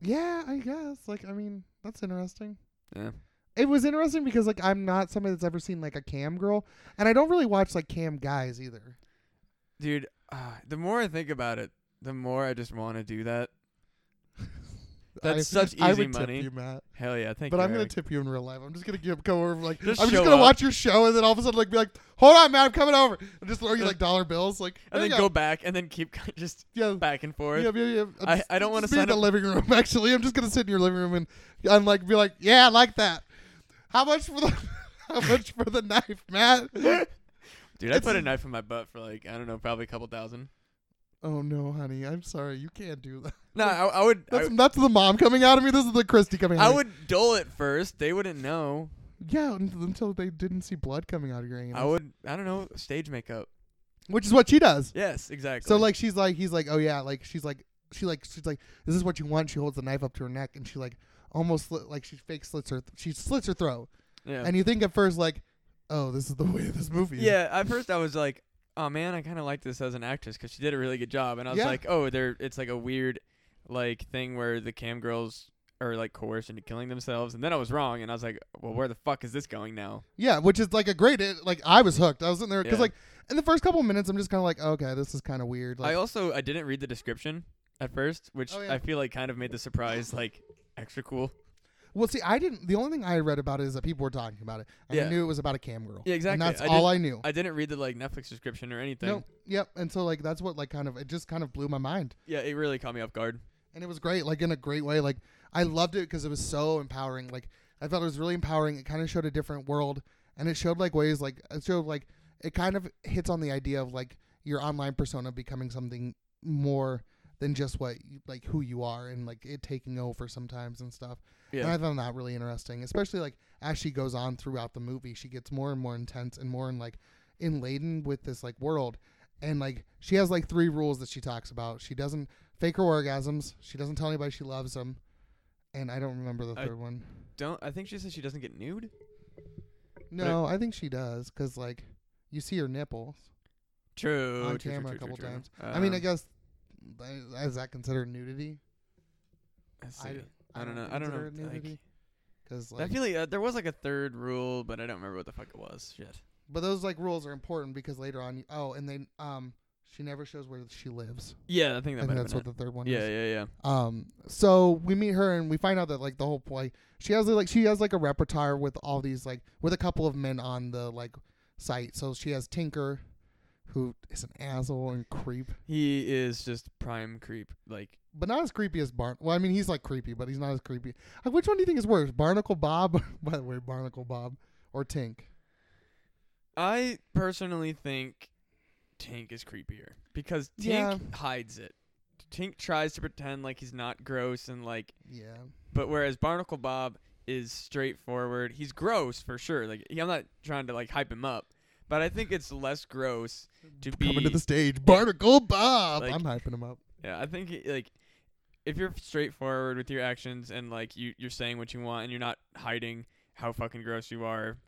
[SPEAKER 1] Yeah, I guess. Like, I mean, that's interesting.
[SPEAKER 2] Yeah.
[SPEAKER 1] It was interesting because like I'm not somebody that's ever seen like a cam girl, and I don't really watch like cam guys either.
[SPEAKER 2] Dude, uh, the more I think about it, the more I just want to do that. That's
[SPEAKER 1] I-
[SPEAKER 2] such
[SPEAKER 1] I
[SPEAKER 2] easy
[SPEAKER 1] would
[SPEAKER 2] money.
[SPEAKER 1] Tip you, Matt.
[SPEAKER 2] Hell yeah, thank
[SPEAKER 1] But
[SPEAKER 2] you.
[SPEAKER 1] I'm gonna
[SPEAKER 2] Eric.
[SPEAKER 1] tip you in real life. I'm just gonna give, come over like
[SPEAKER 2] Just
[SPEAKER 1] I'm just
[SPEAKER 2] show
[SPEAKER 1] gonna
[SPEAKER 2] up.
[SPEAKER 1] watch your show and then all of a sudden like be like, hold on, man, I'm coming over. And just throw you like dollar bills, like
[SPEAKER 2] and
[SPEAKER 1] there
[SPEAKER 2] then
[SPEAKER 1] you
[SPEAKER 2] go. back and then keep just
[SPEAKER 1] yeah.
[SPEAKER 2] back and forth.
[SPEAKER 1] Yeah, yeah, yeah. I'm
[SPEAKER 2] I-
[SPEAKER 1] just-
[SPEAKER 2] I don't wanna
[SPEAKER 1] just be in
[SPEAKER 2] sign
[SPEAKER 1] the
[SPEAKER 2] up-
[SPEAKER 1] living room. Actually, I'm just gonna sit in your living room and I'm like be like, yeah, I like that. How much for the how much for the knife, Matt?
[SPEAKER 2] Dude, I
[SPEAKER 1] It's-
[SPEAKER 2] put a knife in my butt for like I don't know, probably a couple thousand.
[SPEAKER 1] Oh no, honey, I'm sorry, you can't do that.
[SPEAKER 2] No, I, I would. I,
[SPEAKER 1] That's, that's the mom coming out of me. This is the Christy coming. out
[SPEAKER 2] I
[SPEAKER 1] of me.
[SPEAKER 2] would dole it first. They wouldn't know.
[SPEAKER 1] yeah, un- until they didn't see blood coming out of your
[SPEAKER 2] I
[SPEAKER 1] anus,
[SPEAKER 2] would. I don't know. Stage makeup.
[SPEAKER 1] which is what she does.
[SPEAKER 2] Yes, exactly.
[SPEAKER 1] So like she's like he's like oh yeah like she's like she like she's like is this what you want? She holds the knife up to her neck and she like almost sli- like she fake slits her she slits her throat
[SPEAKER 2] yeah.
[SPEAKER 1] and you think at first like oh this is the way of this movie is."
[SPEAKER 2] Yeah, at first I was like, oh man, I kind of like this as an actress because she did a really good job. And I was
[SPEAKER 1] Yeah.
[SPEAKER 2] like, oh, they're it's like a weird like thing where the cam girls are like coerced into killing themselves. And then I was wrong, and I was like, well, where the fuck is this going now?
[SPEAKER 1] Yeah, which is like a great. Like I was hooked. I was in there because
[SPEAKER 2] Yeah.
[SPEAKER 1] like in the first couple minutes, I'm just kind of like, okay, this is kind of weird.
[SPEAKER 2] I
[SPEAKER 1] Like,
[SPEAKER 2] also I didn't read the description at first, which
[SPEAKER 1] Oh, yeah.
[SPEAKER 2] I feel like kind of made the surprise like extra cool.
[SPEAKER 1] well, see, I didn't. The only thing I had read about it is that people were talking about it. And I
[SPEAKER 2] Yeah.
[SPEAKER 1] knew it was about a cam girl.
[SPEAKER 2] Yeah, exactly.
[SPEAKER 1] And that's
[SPEAKER 2] I
[SPEAKER 1] all
[SPEAKER 2] did-
[SPEAKER 1] I knew.
[SPEAKER 2] I didn't read the like Netflix description or anything.
[SPEAKER 1] No, yep. And so like that's what like kind of it just kind of blew my mind,
[SPEAKER 2] Yeah, it really caught me off guard.
[SPEAKER 1] and it was great. Like in a great way. Like I loved it because it was so empowering. Like I felt it was really empowering. It kind of showed a different world, and it showed like ways like it showed like it kind of hits on the idea of like your online persona becoming something more than just what you- like who you are and like it taking over sometimes and stuff. And
[SPEAKER 2] Yeah.
[SPEAKER 1] I found that really interesting, especially like as she goes on throughout the movie, she gets more and more intense and more in like in laden with this like world. And like she has like three rules that she talks about. She doesn't fake her orgasms. She doesn't tell anybody she loves them. And I don't remember the
[SPEAKER 2] I-
[SPEAKER 1] third one.
[SPEAKER 2] Don't I think she says she doesn't get nude?
[SPEAKER 1] No, I think she does because like you see her nipples.
[SPEAKER 2] True.
[SPEAKER 1] On
[SPEAKER 2] true,
[SPEAKER 1] camera
[SPEAKER 2] true,
[SPEAKER 1] a
[SPEAKER 2] true,
[SPEAKER 1] couple
[SPEAKER 2] true,
[SPEAKER 1] times.
[SPEAKER 2] true.
[SPEAKER 1] I mean, I
[SPEAKER 2] Um,
[SPEAKER 1] guess uh, is that considered nudity?
[SPEAKER 2] let's
[SPEAKER 1] I
[SPEAKER 2] see.
[SPEAKER 1] d-
[SPEAKER 2] I, don't know. I don't
[SPEAKER 1] consider it
[SPEAKER 2] know. like-
[SPEAKER 1] nudity, 'cause, like,
[SPEAKER 2] I feel like uh, there was like a third rule, but I don't remember what the fuck it was. Shit.
[SPEAKER 1] But those like rules are important because later on, you, oh, and then um, she never shows where she lives.
[SPEAKER 2] Yeah, I think
[SPEAKER 1] I
[SPEAKER 2] that
[SPEAKER 1] think
[SPEAKER 2] might
[SPEAKER 1] that's
[SPEAKER 2] have
[SPEAKER 1] what
[SPEAKER 2] been
[SPEAKER 1] the third one
[SPEAKER 2] it. Yeah,
[SPEAKER 1] is.
[SPEAKER 2] yeah, yeah.
[SPEAKER 1] Um, so we meet her and we find out that like the whole play, she has like she has like a repertoire with all these like with a couple of men on the like site. So she has Tinker, who is an asshole and creep,
[SPEAKER 2] He is just prime creep. Like,
[SPEAKER 1] but not as creepy as Barn. Well, I mean he's like creepy, but he's not as creepy. Like, which one do you think is worse, Barnacle Bob? By the way, Barnacle Bob or Tink?
[SPEAKER 2] I personally think Tink is creepier because Tink
[SPEAKER 1] Yeah.
[SPEAKER 2] hides it. Tink tries to pretend like he's not gross and like,
[SPEAKER 1] Yeah,
[SPEAKER 2] but whereas Barnacle Bob is straightforward. He's gross for sure. Like, he- I'm not trying to like hype him up, but I think it's less gross to be
[SPEAKER 1] coming to the stage, Barnacle Bob.
[SPEAKER 2] Like-
[SPEAKER 1] I'm hyping him up.
[SPEAKER 2] Yeah, I think it- like if you're straightforward with your actions and like you you're saying what you want and you're not hiding how fucking gross you are,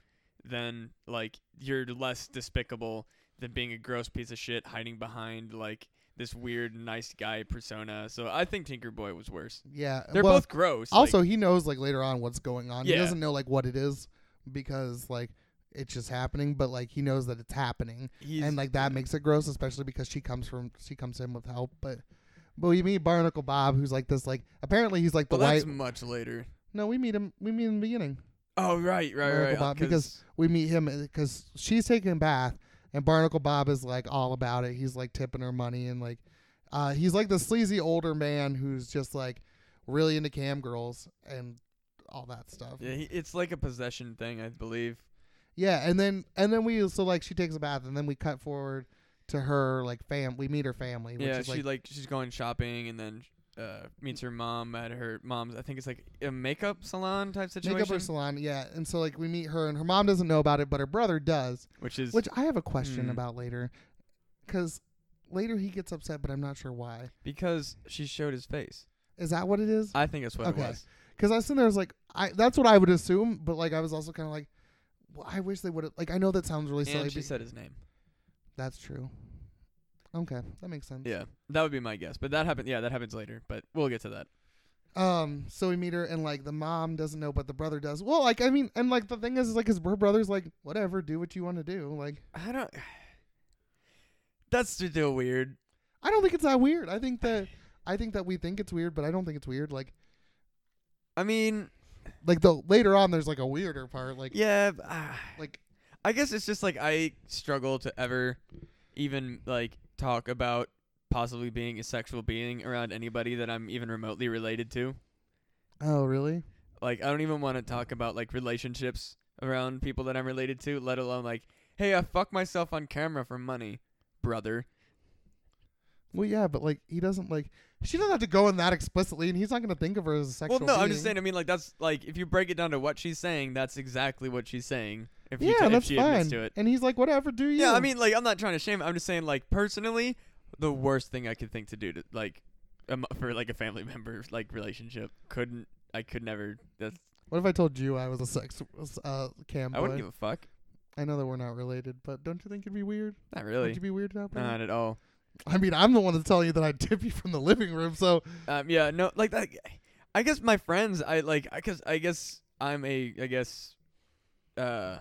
[SPEAKER 2] then like you're less despicable than being a gross piece of shit hiding behind like this weird nice guy persona. So I think Tinker Boy was worse.
[SPEAKER 1] Yeah,
[SPEAKER 2] They're
[SPEAKER 1] well,
[SPEAKER 2] both gross. like-
[SPEAKER 1] Also, he knows like later on what's going on. He
[SPEAKER 2] Yeah.
[SPEAKER 1] doesn't know like what it is because like it's just happening, but like he knows that it's happening,
[SPEAKER 2] he's,
[SPEAKER 1] and like that makes it gross, especially because she comes from she comes in with help. But but we meet Barnacle Bob, who's like this like apparently he's like the
[SPEAKER 2] well, that's
[SPEAKER 1] white.
[SPEAKER 2] much later.
[SPEAKER 1] No, we meet him. We meet him in the beginning.
[SPEAKER 2] Oh right, right,
[SPEAKER 1] Barnacle
[SPEAKER 2] right. uh,
[SPEAKER 1] Bob, because we meet him because she's taking a bath, and Barnacle Bob is like all about it. He's like tipping her money and like, uh, he's like the sleazy older man who's just like really into cam girls and all that stuff.
[SPEAKER 2] yeah, he, it's like a possession thing, I believe.
[SPEAKER 1] Yeah, and then and then we so like she takes a bath, and then we cut forward to her like fam. We meet her family, which
[SPEAKER 2] yeah,
[SPEAKER 1] is
[SPEAKER 2] she
[SPEAKER 1] like,
[SPEAKER 2] like, she's going shopping and then uh, meets her mom at her mom's. I think it's like a makeup salon type situation,
[SPEAKER 1] makeup or salon. Yeah, and so like we meet her, and her mom doesn't know about it, but her brother does.
[SPEAKER 2] which is
[SPEAKER 1] Which I have a question
[SPEAKER 2] Hmm.
[SPEAKER 1] about later, because later he gets upset, but I'm not sure why.
[SPEAKER 2] because she showed his face.
[SPEAKER 1] Is that what it is?
[SPEAKER 2] I think that's what
[SPEAKER 1] Okay.
[SPEAKER 2] it was.
[SPEAKER 1] Because I was sitting there, I was like, I that's what I would assume, but like I was also kind of like, well, I wish they would have. Like I know that sounds really silly.
[SPEAKER 2] And she
[SPEAKER 1] but-
[SPEAKER 2] said his name.
[SPEAKER 1] that's true. Okay, that makes sense.
[SPEAKER 2] Yeah, that would be my guess. But that happened. Yeah, that happens later. But we'll get to that.
[SPEAKER 1] Um, so we meet her, and like the mom doesn't know, but the brother does. Well, like I mean, and like the thing is, is like his her brother's like, whatever, do what you want to do. Like
[SPEAKER 2] I don't. That's still weird.
[SPEAKER 1] I don't think it's that weird. I think that I think that we think it's weird, but I don't think it's weird. Like
[SPEAKER 2] I mean,
[SPEAKER 1] like the later on, there's like a weirder part. Like
[SPEAKER 2] yeah. but, ah.
[SPEAKER 1] like
[SPEAKER 2] I guess it's just like I struggle to ever even like talk about possibly being a sexual being around anybody that I'm even remotely related to.
[SPEAKER 1] oh really?
[SPEAKER 2] Like I don't even want to talk about like relationships around people that I'm related to, let alone like, hey, I fuck myself on camera for money, brother.
[SPEAKER 1] Well, yeah, but like he doesn't like she doesn't have to go in that explicitly, and he's not gonna think of her as a sexual.
[SPEAKER 2] well, no, I'm just
[SPEAKER 1] being.
[SPEAKER 2] saying. I mean, like that's like if you break it down to what she's saying, that's exactly what she's saying. If you
[SPEAKER 1] Yeah,
[SPEAKER 2] ta- if
[SPEAKER 1] that's
[SPEAKER 2] she
[SPEAKER 1] fine.
[SPEAKER 2] admits to it.
[SPEAKER 1] And he's like, whatever, do you?
[SPEAKER 2] Yeah, I mean, like I'm not trying to shame. I'm just saying, like personally, the worst thing I could think to do to like um, for like a family member like relationship couldn't. I could never. That's
[SPEAKER 1] what if I told you I was a sex uh, cam?
[SPEAKER 2] I wouldn't
[SPEAKER 1] boy?
[SPEAKER 2] give a fuck.
[SPEAKER 1] I know that we're not related, but don't you think it'd be weird?
[SPEAKER 2] Not
[SPEAKER 1] Would
[SPEAKER 2] really.
[SPEAKER 1] you be weirded out? by that?
[SPEAKER 2] Not at all.
[SPEAKER 1] I mean, I'm the one that's telling you that I tip you from the living room, so
[SPEAKER 2] Um, yeah, no, like that. I guess my friends, I like, I guess, I guess I'm a, I guess, uh,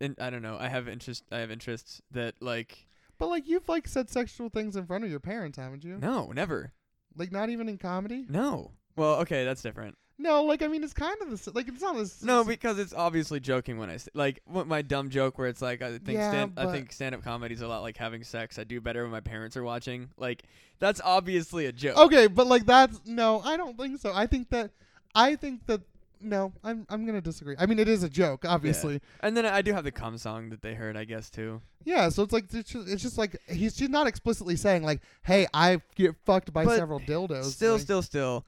[SPEAKER 2] in, I don't know. I have interest. I have interests that like
[SPEAKER 1] But like you've like said sexual things in front of your parents, haven't you?
[SPEAKER 2] no, never,
[SPEAKER 1] Like not even in comedy.
[SPEAKER 2] no. Well, okay, that's different.
[SPEAKER 1] No, like I mean it's kind of the s- like it's not this.
[SPEAKER 2] No, because it's obviously joking when I s like what my dumb joke where it's like I think
[SPEAKER 1] Yeah,
[SPEAKER 2] stand I
[SPEAKER 1] but-
[SPEAKER 2] think stand up comedy's a lot like having sex. I do better when my parents are watching. Like that's obviously a joke.
[SPEAKER 1] okay, but like that's no, I don't think so. I think that I think that no, I'm I'm gonna disagree. I mean it is a joke, obviously.
[SPEAKER 2] And then I do have the cum song that they heard, I guess too.
[SPEAKER 1] Yeah, so it's like it's just, it's just like he's she's not explicitly saying like, hey, I get fucked by
[SPEAKER 2] But
[SPEAKER 1] several dildos.
[SPEAKER 2] still,
[SPEAKER 1] like-
[SPEAKER 2] still, still,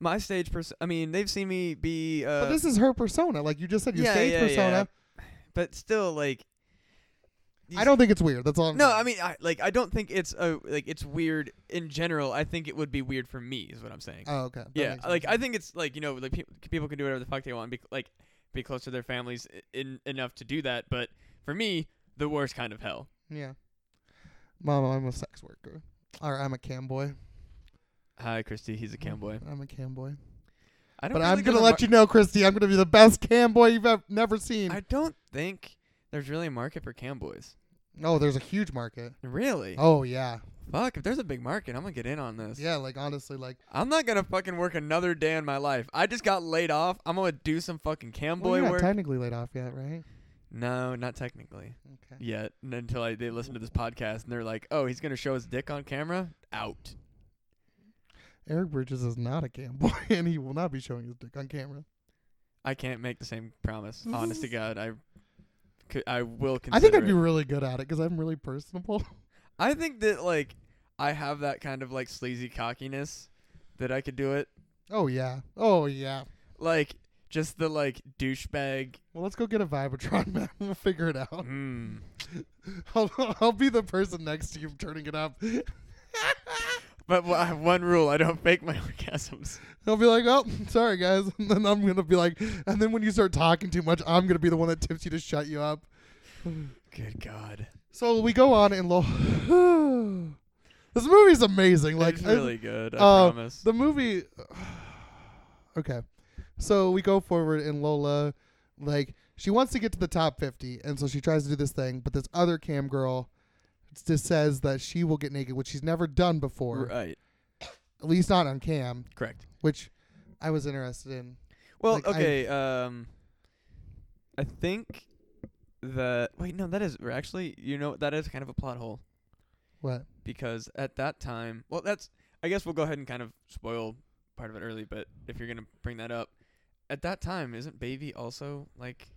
[SPEAKER 2] my stage pers- I mean, they've seen me be. Uh,
[SPEAKER 1] But this is her persona. Like you just said, your
[SPEAKER 2] yeah,
[SPEAKER 1] stage
[SPEAKER 2] yeah,
[SPEAKER 1] persona.
[SPEAKER 2] yeah. But still, like. these-
[SPEAKER 1] I don't think it's weird. That's all. I'm
[SPEAKER 2] No,
[SPEAKER 1] saying.
[SPEAKER 2] I mean, I, like, I don't think it's a like it's weird in general. I think it would be weird for me, is what I'm saying.
[SPEAKER 1] Oh, okay. That
[SPEAKER 2] yeah,
[SPEAKER 1] makes
[SPEAKER 2] like
[SPEAKER 1] sense.
[SPEAKER 2] I think it's like you know, like peop people can do whatever the fuck they want, and be like be close to their families i- in enough to do that. But for me, the worst kind of hell.
[SPEAKER 1] Yeah. Mom, I'm a sex worker. Or I'm a cam boy.
[SPEAKER 2] Hi, Christy. He's a cam boy.
[SPEAKER 1] I'm a cam boy.
[SPEAKER 2] I don't.
[SPEAKER 1] But
[SPEAKER 2] really
[SPEAKER 1] I'm
[SPEAKER 2] go
[SPEAKER 1] gonna
[SPEAKER 2] to
[SPEAKER 1] let
[SPEAKER 2] mar-
[SPEAKER 1] you know, Christy, I'm gonna be the best cam boy you've ever never seen.
[SPEAKER 2] I don't think there's really a market for cam boys.
[SPEAKER 1] oh, there's a huge market.
[SPEAKER 2] Really?
[SPEAKER 1] Oh yeah,
[SPEAKER 2] Fuck, if there's a big market, I'm gonna get in on this.
[SPEAKER 1] yeah. Like honestly, like
[SPEAKER 2] I'm not gonna fucking work another day in my life. I just got laid off. I'm gonna do some fucking cam
[SPEAKER 1] well,
[SPEAKER 2] boy
[SPEAKER 1] you're not
[SPEAKER 2] work.
[SPEAKER 1] technically laid off yet, right?
[SPEAKER 2] no, not technically
[SPEAKER 1] Okay.
[SPEAKER 2] yet. n- Until I, they listen to this podcast and they're like, "Oh, he's gonna show his dick on camera." Out.
[SPEAKER 1] Eric Bridges is not a cam boy, and he will not be showing his dick on camera.
[SPEAKER 2] I can't make the same promise. Honest to God, I, could, I will consider.
[SPEAKER 1] Mm-hmm. I think I'd be
[SPEAKER 2] it.
[SPEAKER 1] really good at it because I'm really personable.
[SPEAKER 2] I think that like I have that kind of like sleazy cockiness that I could do it.
[SPEAKER 1] oh yeah, oh yeah.
[SPEAKER 2] Like just the like douchebag.
[SPEAKER 1] Well, let's go get a Vibatron, man. We'll figure it out.
[SPEAKER 2] Mm.
[SPEAKER 1] I'll, I'll be the person next to you turning it up.
[SPEAKER 2] But wha- I have one rule: I don't fake my orgasms.
[SPEAKER 1] He'll be like, "Oh, sorry guys," and then I'm gonna be like, and then when you start talking too much, I'm gonna be the one that tips you to shut you up.
[SPEAKER 2] Good God,
[SPEAKER 1] So we go on and lo- this movie's amazing. Like
[SPEAKER 2] like
[SPEAKER 1] I-
[SPEAKER 2] really good. I
[SPEAKER 1] uh,
[SPEAKER 2] promise.
[SPEAKER 1] the movie. okay, so we go forward and Lola, like she wants to get to the top fifty, and so she tries to do this thing, but this other cam girl just says that she will get naked, which she's never done before,
[SPEAKER 2] right,
[SPEAKER 1] at least not on cam,
[SPEAKER 2] correct.
[SPEAKER 1] which I was interested in.
[SPEAKER 2] Well,
[SPEAKER 1] Like, I-
[SPEAKER 2] okay. um, I think that wait, no, that is we're actually you know that is kind of a plot hole
[SPEAKER 1] What?
[SPEAKER 2] because at that time, well, that's I guess we'll go ahead and kind of spoil part of it early, but if you're gonna bring that up, at that time, isn't Baby also like?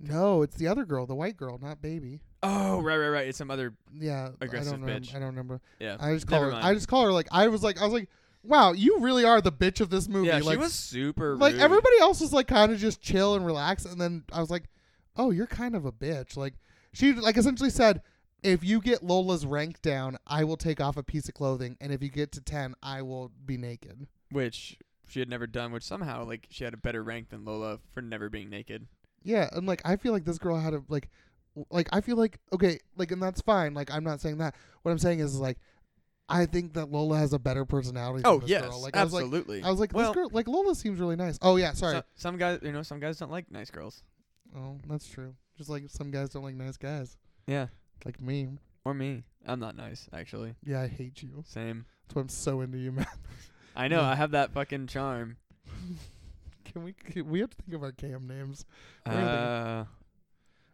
[SPEAKER 1] No, it's the other girl, the white girl, not baby.
[SPEAKER 2] Oh, right, right, right. It's some other
[SPEAKER 1] Yeah,
[SPEAKER 2] Aggressive
[SPEAKER 1] I don't remem-
[SPEAKER 2] bitch.
[SPEAKER 1] I don't remember.
[SPEAKER 2] yeah.
[SPEAKER 1] I just call
[SPEAKER 2] Never
[SPEAKER 1] her.
[SPEAKER 2] mind.
[SPEAKER 1] I just call her like I was like I was like, wow, you really are the bitch of this movie.
[SPEAKER 2] yeah,
[SPEAKER 1] like,
[SPEAKER 2] she was super.
[SPEAKER 1] like
[SPEAKER 2] rude.
[SPEAKER 1] everybody else was like kind of just chill and relax, and then I was like, oh, you're kind of a bitch. Like she like essentially said, if you get Lola's rank down, I will take off a piece of clothing, and if you get to ten, I will be naked.
[SPEAKER 2] which she had never done, which somehow like she had a better rank than Lola for never being naked.
[SPEAKER 1] Yeah, and like I feel like this girl had a like, w- like I feel like okay, like and that's fine. Like I'm not saying that. What I'm saying is like, I think that Lola has a better personality.
[SPEAKER 2] Oh
[SPEAKER 1] than this
[SPEAKER 2] yes,
[SPEAKER 1] girl. like I was like,
[SPEAKER 2] absolutely.
[SPEAKER 1] I was like,
[SPEAKER 2] Well-
[SPEAKER 1] this girl, like Lola seems really nice. Oh yeah, sorry.
[SPEAKER 2] So- some guys, you know, some guys don't like nice girls.
[SPEAKER 1] oh, that's true. Just like some guys don't like nice guys,
[SPEAKER 2] Yeah,
[SPEAKER 1] like me.
[SPEAKER 2] or me. I'm not nice actually.
[SPEAKER 1] Yeah, I hate you.
[SPEAKER 2] Same.
[SPEAKER 1] That's why I'm so into you, man.
[SPEAKER 2] I know.
[SPEAKER 1] Yeah.
[SPEAKER 2] I have that fucking charm.
[SPEAKER 1] Can we? Can, we have to think of our cam names. Really?
[SPEAKER 2] Uh,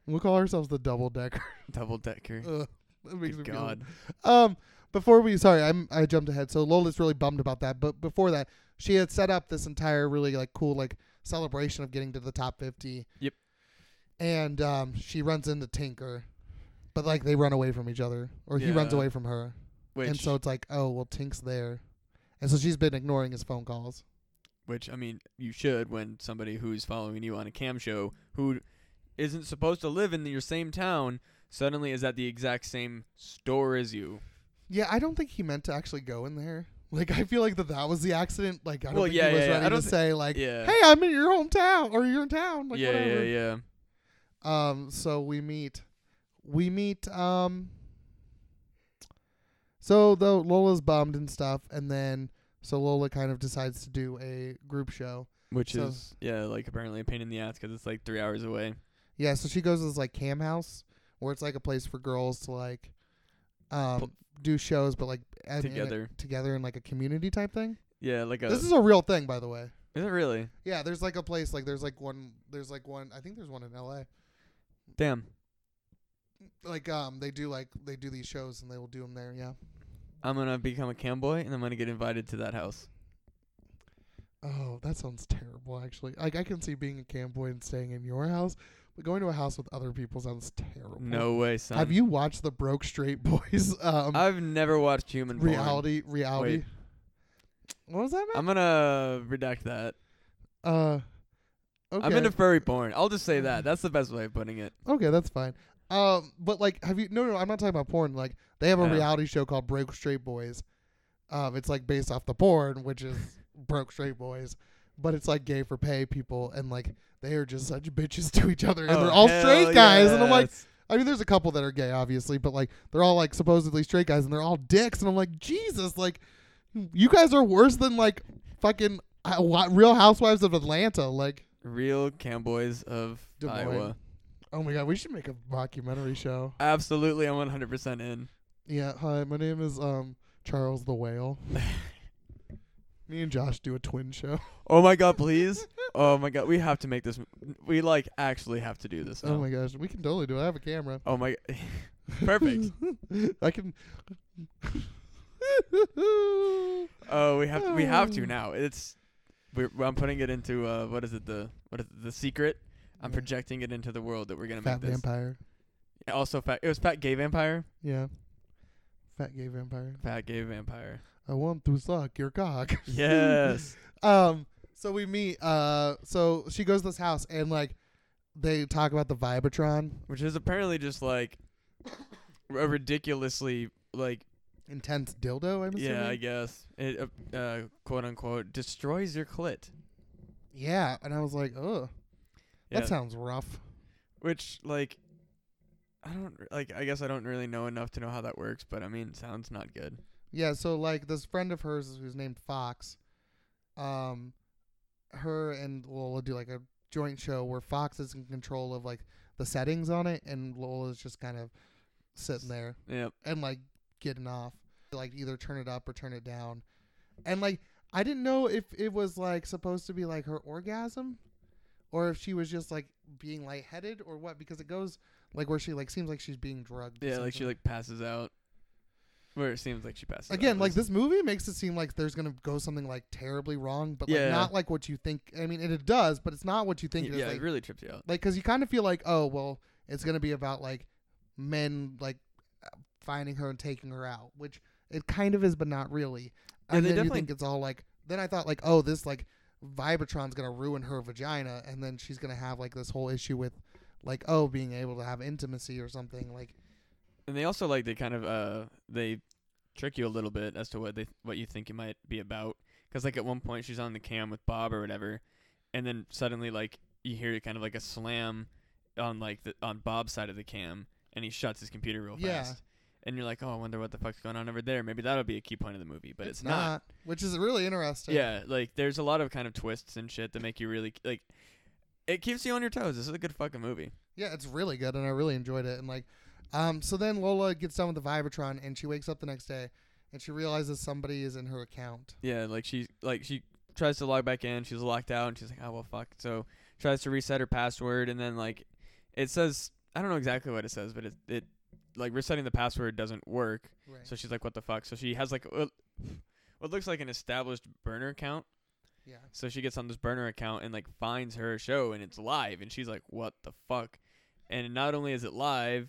[SPEAKER 1] We'll call ourselves the double decker.
[SPEAKER 2] double decker.
[SPEAKER 1] Ugh, that makes
[SPEAKER 2] Good
[SPEAKER 1] me feel
[SPEAKER 2] God.
[SPEAKER 1] Um, before we, sorry, I'm I jumped ahead. So Lola's really bummed about that. But before that, she had set up this entire really like cool like celebration of getting to the top fifty.
[SPEAKER 2] Yep.
[SPEAKER 1] And um, she runs into Tinker, but like they run away from each other, or he runs
[SPEAKER 2] Yeah.
[SPEAKER 1] away from her,
[SPEAKER 2] Which,
[SPEAKER 1] and so it's like, oh well, Tink's there, and so she's been ignoring his phone calls.
[SPEAKER 2] which I mean, you should when somebody who's following you on a cam show who isn't supposed to live in your same town suddenly is at the exact same store as you.
[SPEAKER 1] Yeah, I don't think he meant to actually go in there. Like I feel like that that was the accident. Like I don't
[SPEAKER 2] Well,
[SPEAKER 1] think
[SPEAKER 2] yeah,
[SPEAKER 1] he was
[SPEAKER 2] yeah, yeah.
[SPEAKER 1] ready
[SPEAKER 2] I don't
[SPEAKER 1] to
[SPEAKER 2] thi-
[SPEAKER 1] say like,
[SPEAKER 2] yeah.
[SPEAKER 1] hey, I'm in your hometown or you're in town. Like
[SPEAKER 2] yeah,
[SPEAKER 1] whatever.
[SPEAKER 2] yeah, yeah.
[SPEAKER 1] Um, so we meet, we meet. Um, so though Lola's bummed and stuff, and then so Lola kind of decides to do a group show.
[SPEAKER 2] Which
[SPEAKER 1] So-
[SPEAKER 2] is yeah, like apparently a pain in the ass 'cause it's like three hours away.
[SPEAKER 1] Yeah, so she goes to this like cam house where it's like a place for girls to like, um,
[SPEAKER 2] Pl-
[SPEAKER 1] do shows, but like and- and it-
[SPEAKER 2] Together.
[SPEAKER 1] together in like a community type thing.
[SPEAKER 2] Yeah, like a
[SPEAKER 1] This is a real thing, by the way.
[SPEAKER 2] is it really?
[SPEAKER 1] Yeah, there's like a place like there's like one there's like one I think there's one in L.A.
[SPEAKER 2] Damn.
[SPEAKER 1] Like um they do like they do these shows and they will do them there. Yeah.
[SPEAKER 2] I'm gonna become a cam boy and I'm gonna get invited to that house.
[SPEAKER 1] Oh, that sounds terrible. Actually, like I can see being a cam boy and staying in your house, but going to a house with other people sounds terrible.
[SPEAKER 2] No way, son.
[SPEAKER 1] Have you watched the Broke Straight Boys um
[SPEAKER 2] I've never watched human porn.
[SPEAKER 1] reality reality?
[SPEAKER 2] Wait.
[SPEAKER 1] What was that?
[SPEAKER 2] I'm gonna redact that.
[SPEAKER 1] Man? Uh. Okay.
[SPEAKER 2] I'm into furry porn. I'll just say that. That's the best way of putting it.
[SPEAKER 1] Okay, that's fine. Um, but like, have you? No, no, I'm not talking about porn. Like, they have a
[SPEAKER 2] Yeah.
[SPEAKER 1] reality show called Broke Straight Boys. Um, it's like based off the porn, which is Broke Straight Boys, but it's like gay for pay people, and like they are just such bitches to each other, and they're
[SPEAKER 2] Oh,
[SPEAKER 1] all
[SPEAKER 2] hell
[SPEAKER 1] straight guys, and I'm like,
[SPEAKER 2] yes.
[SPEAKER 1] I mean, there's a couple that are gay, obviously, but like they're all like supposedly straight guys, and they're all dicks, and I'm like, Jesus, like, you guys are worse than like fucking uh, wa- Real Housewives of Atlanta, like.
[SPEAKER 2] real cam boys of
[SPEAKER 1] Des Moines.
[SPEAKER 2] Iowa.
[SPEAKER 1] Oh my god, we should make a mockumentary show.
[SPEAKER 2] Absolutely, I'm 100% in.
[SPEAKER 1] Yeah, hi. My name is um Charles the Whale. Me and Josh do a twin show.
[SPEAKER 2] Oh my god, please. Oh my god, we have to make this. We like actually have to do this.
[SPEAKER 1] Oh
[SPEAKER 2] now.
[SPEAKER 1] my gosh, we can totally do it. I have a camera.
[SPEAKER 2] Oh my. Perfect.
[SPEAKER 1] I can.
[SPEAKER 2] Oh, we have we have
[SPEAKER 1] Oh.
[SPEAKER 2] to now. It's we're, I'm putting it into uh what is it the what is it, the secret? I'm
[SPEAKER 1] Yeah.
[SPEAKER 2] projecting it into the world that we're gonna
[SPEAKER 1] Fat
[SPEAKER 2] make this.
[SPEAKER 1] vampire.
[SPEAKER 2] And Also, fat. It was fat gay vampire.
[SPEAKER 1] Yeah. Fat gay vampire.
[SPEAKER 2] Fat gay vampire.
[SPEAKER 1] I want to suck your cock.
[SPEAKER 2] Yes.
[SPEAKER 1] Um. So we meet. Uh. So she goes to this house and like, they talk about the Vibatron.
[SPEAKER 2] Which is apparently just like a ridiculously like
[SPEAKER 1] Intense dildo. I'm assuming.
[SPEAKER 2] yeah I guess it uh, uh quote unquote destroys your clit.
[SPEAKER 1] Yeah. And I was like, ugh,
[SPEAKER 2] Yeah.
[SPEAKER 1] that sounds rough.
[SPEAKER 2] Which like I don't r- like I guess I don't really know enough to know how that works, but I mean sounds not good.
[SPEAKER 1] Yeah, so like this friend of hers who's named Fox, um, her and Lola do like a joint show where Fox is in control of like the settings on it, and Lola's just kind of sitting there
[SPEAKER 2] Yep.
[SPEAKER 1] and like getting off, like either turn it up or turn it down, and like I didn't know if it was like supposed to be like her orgasm, or if she was just like being lightheaded or what, because it goes like where she like seems like she's being drugged.
[SPEAKER 2] Yeah, like she
[SPEAKER 1] essentially.
[SPEAKER 2] like passes out. Where it seems like she passes out,
[SPEAKER 1] again
[SPEAKER 2] at
[SPEAKER 1] like
[SPEAKER 2] least.
[SPEAKER 1] this movie makes it seem like there's gonna go something like terribly wrong but like
[SPEAKER 2] Yeah.
[SPEAKER 1] not like what you think i mean and it does but it's not what you think
[SPEAKER 2] Y-
[SPEAKER 1] it is
[SPEAKER 2] yeah,
[SPEAKER 1] like
[SPEAKER 2] it really trips you out.
[SPEAKER 1] because you kind of feel like oh well it's gonna be about like men like finding her and taking her out which it kind of is but not really
[SPEAKER 2] Yeah,
[SPEAKER 1] and
[SPEAKER 2] they
[SPEAKER 1] then you
[SPEAKER 2] definitely-
[SPEAKER 1] think it's all like then i thought like oh this like vibraton's gonna ruin her vagina and then she's gonna have like this whole issue with like oh being able to have intimacy or something like
[SPEAKER 2] And they also like they kind of uh they trick you a little bit as to what they what you think it might be about. 'Cause like at one point she's on the cam with Bob or whatever, and then suddenly like you hear kind of like a slam on like the on Bob's side of the cam, and he shuts his computer real
[SPEAKER 1] Yeah.
[SPEAKER 2] fast. And you're like, oh, I wonder what the fuck's going on over there. Maybe that'll be a key point of the movie, but it's, not.
[SPEAKER 1] which is really interesting
[SPEAKER 2] Yeah, like there's a lot of kind of twists and shit that make you really like. It keeps you on your toes. This is a good fucking movie.
[SPEAKER 1] Yeah, it's really good, and I really enjoyed it. And like, um, so then Lola gets done with the Vibatron, and she wakes up the next day, and she realizes somebody is in her account.
[SPEAKER 2] Yeah, like she like she tries to log back in. She's locked out, and she's like, "Oh well, fuck." So tries to reset her password, and then like it says, I don't know exactly what it says, but it it like resetting the password doesn't work.
[SPEAKER 1] Right.
[SPEAKER 2] So she's like, "What the fuck?" So she has like what what looks like an established burner account.
[SPEAKER 1] yeah.
[SPEAKER 2] So she gets on this burner account and like finds her show and it's live and she's like, "What the fuck?" And not only is it live,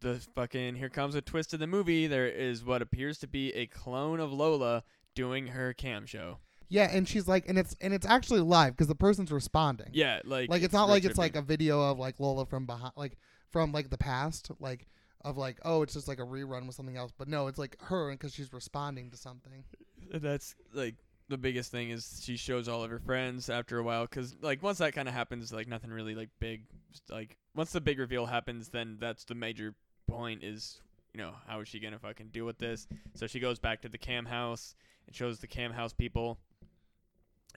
[SPEAKER 2] the fucking here comes a twist in the movie. There is what appears to be a clone of Lola doing her cam show.
[SPEAKER 1] Yeah, and she's like, and it's and it's actually live because the person's responding.
[SPEAKER 2] Yeah, like
[SPEAKER 1] Like it's not like it's
[SPEAKER 2] retributive.
[SPEAKER 1] like a video of like Lola from behind, like from like the past, like of like oh it's just like a rerun with something else. But no, it's like her because she's responding to something.
[SPEAKER 2] that's like the biggest thing is she shows all of her friends after a while because like once that kind of happens like nothing really like big like once the big reveal happens then that's the major point is you know how is she gonna fucking deal with this so she goes back to the cam house and shows the cam house people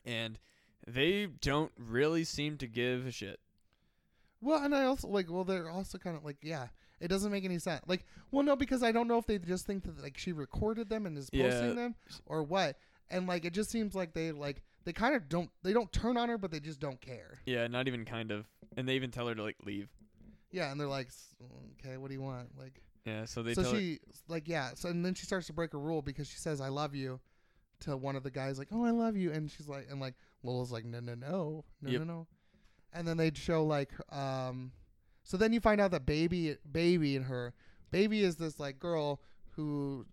[SPEAKER 2] and they don't really seem to give a shit
[SPEAKER 1] Well, and I also like. Well, they're also kind of like, yeah, it doesn't make any sense. Like, well, no, because I don't know if they just think that like she recorded them and is posting
[SPEAKER 2] Yeah.
[SPEAKER 1] them or what. And like, it just seems like they like they kind of don't they don't turn on her, but they just don't care.
[SPEAKER 2] yeah not even kind of and they even tell her to like leave
[SPEAKER 1] Yeah, and they're like, "S- okay, what do you want? Like,
[SPEAKER 2] yeah so they
[SPEAKER 1] so
[SPEAKER 2] tell her
[SPEAKER 1] she like yeah. So and then she starts to break a rule because she says, "I love you," to one of the guys like, "Oh, I love you," and she's like, and like Lola's like, "No, no, no, no,
[SPEAKER 2] Yep.
[SPEAKER 1] no, no," and then they'd show like um. So then you find out that baby, baby, and her baby is this like girl who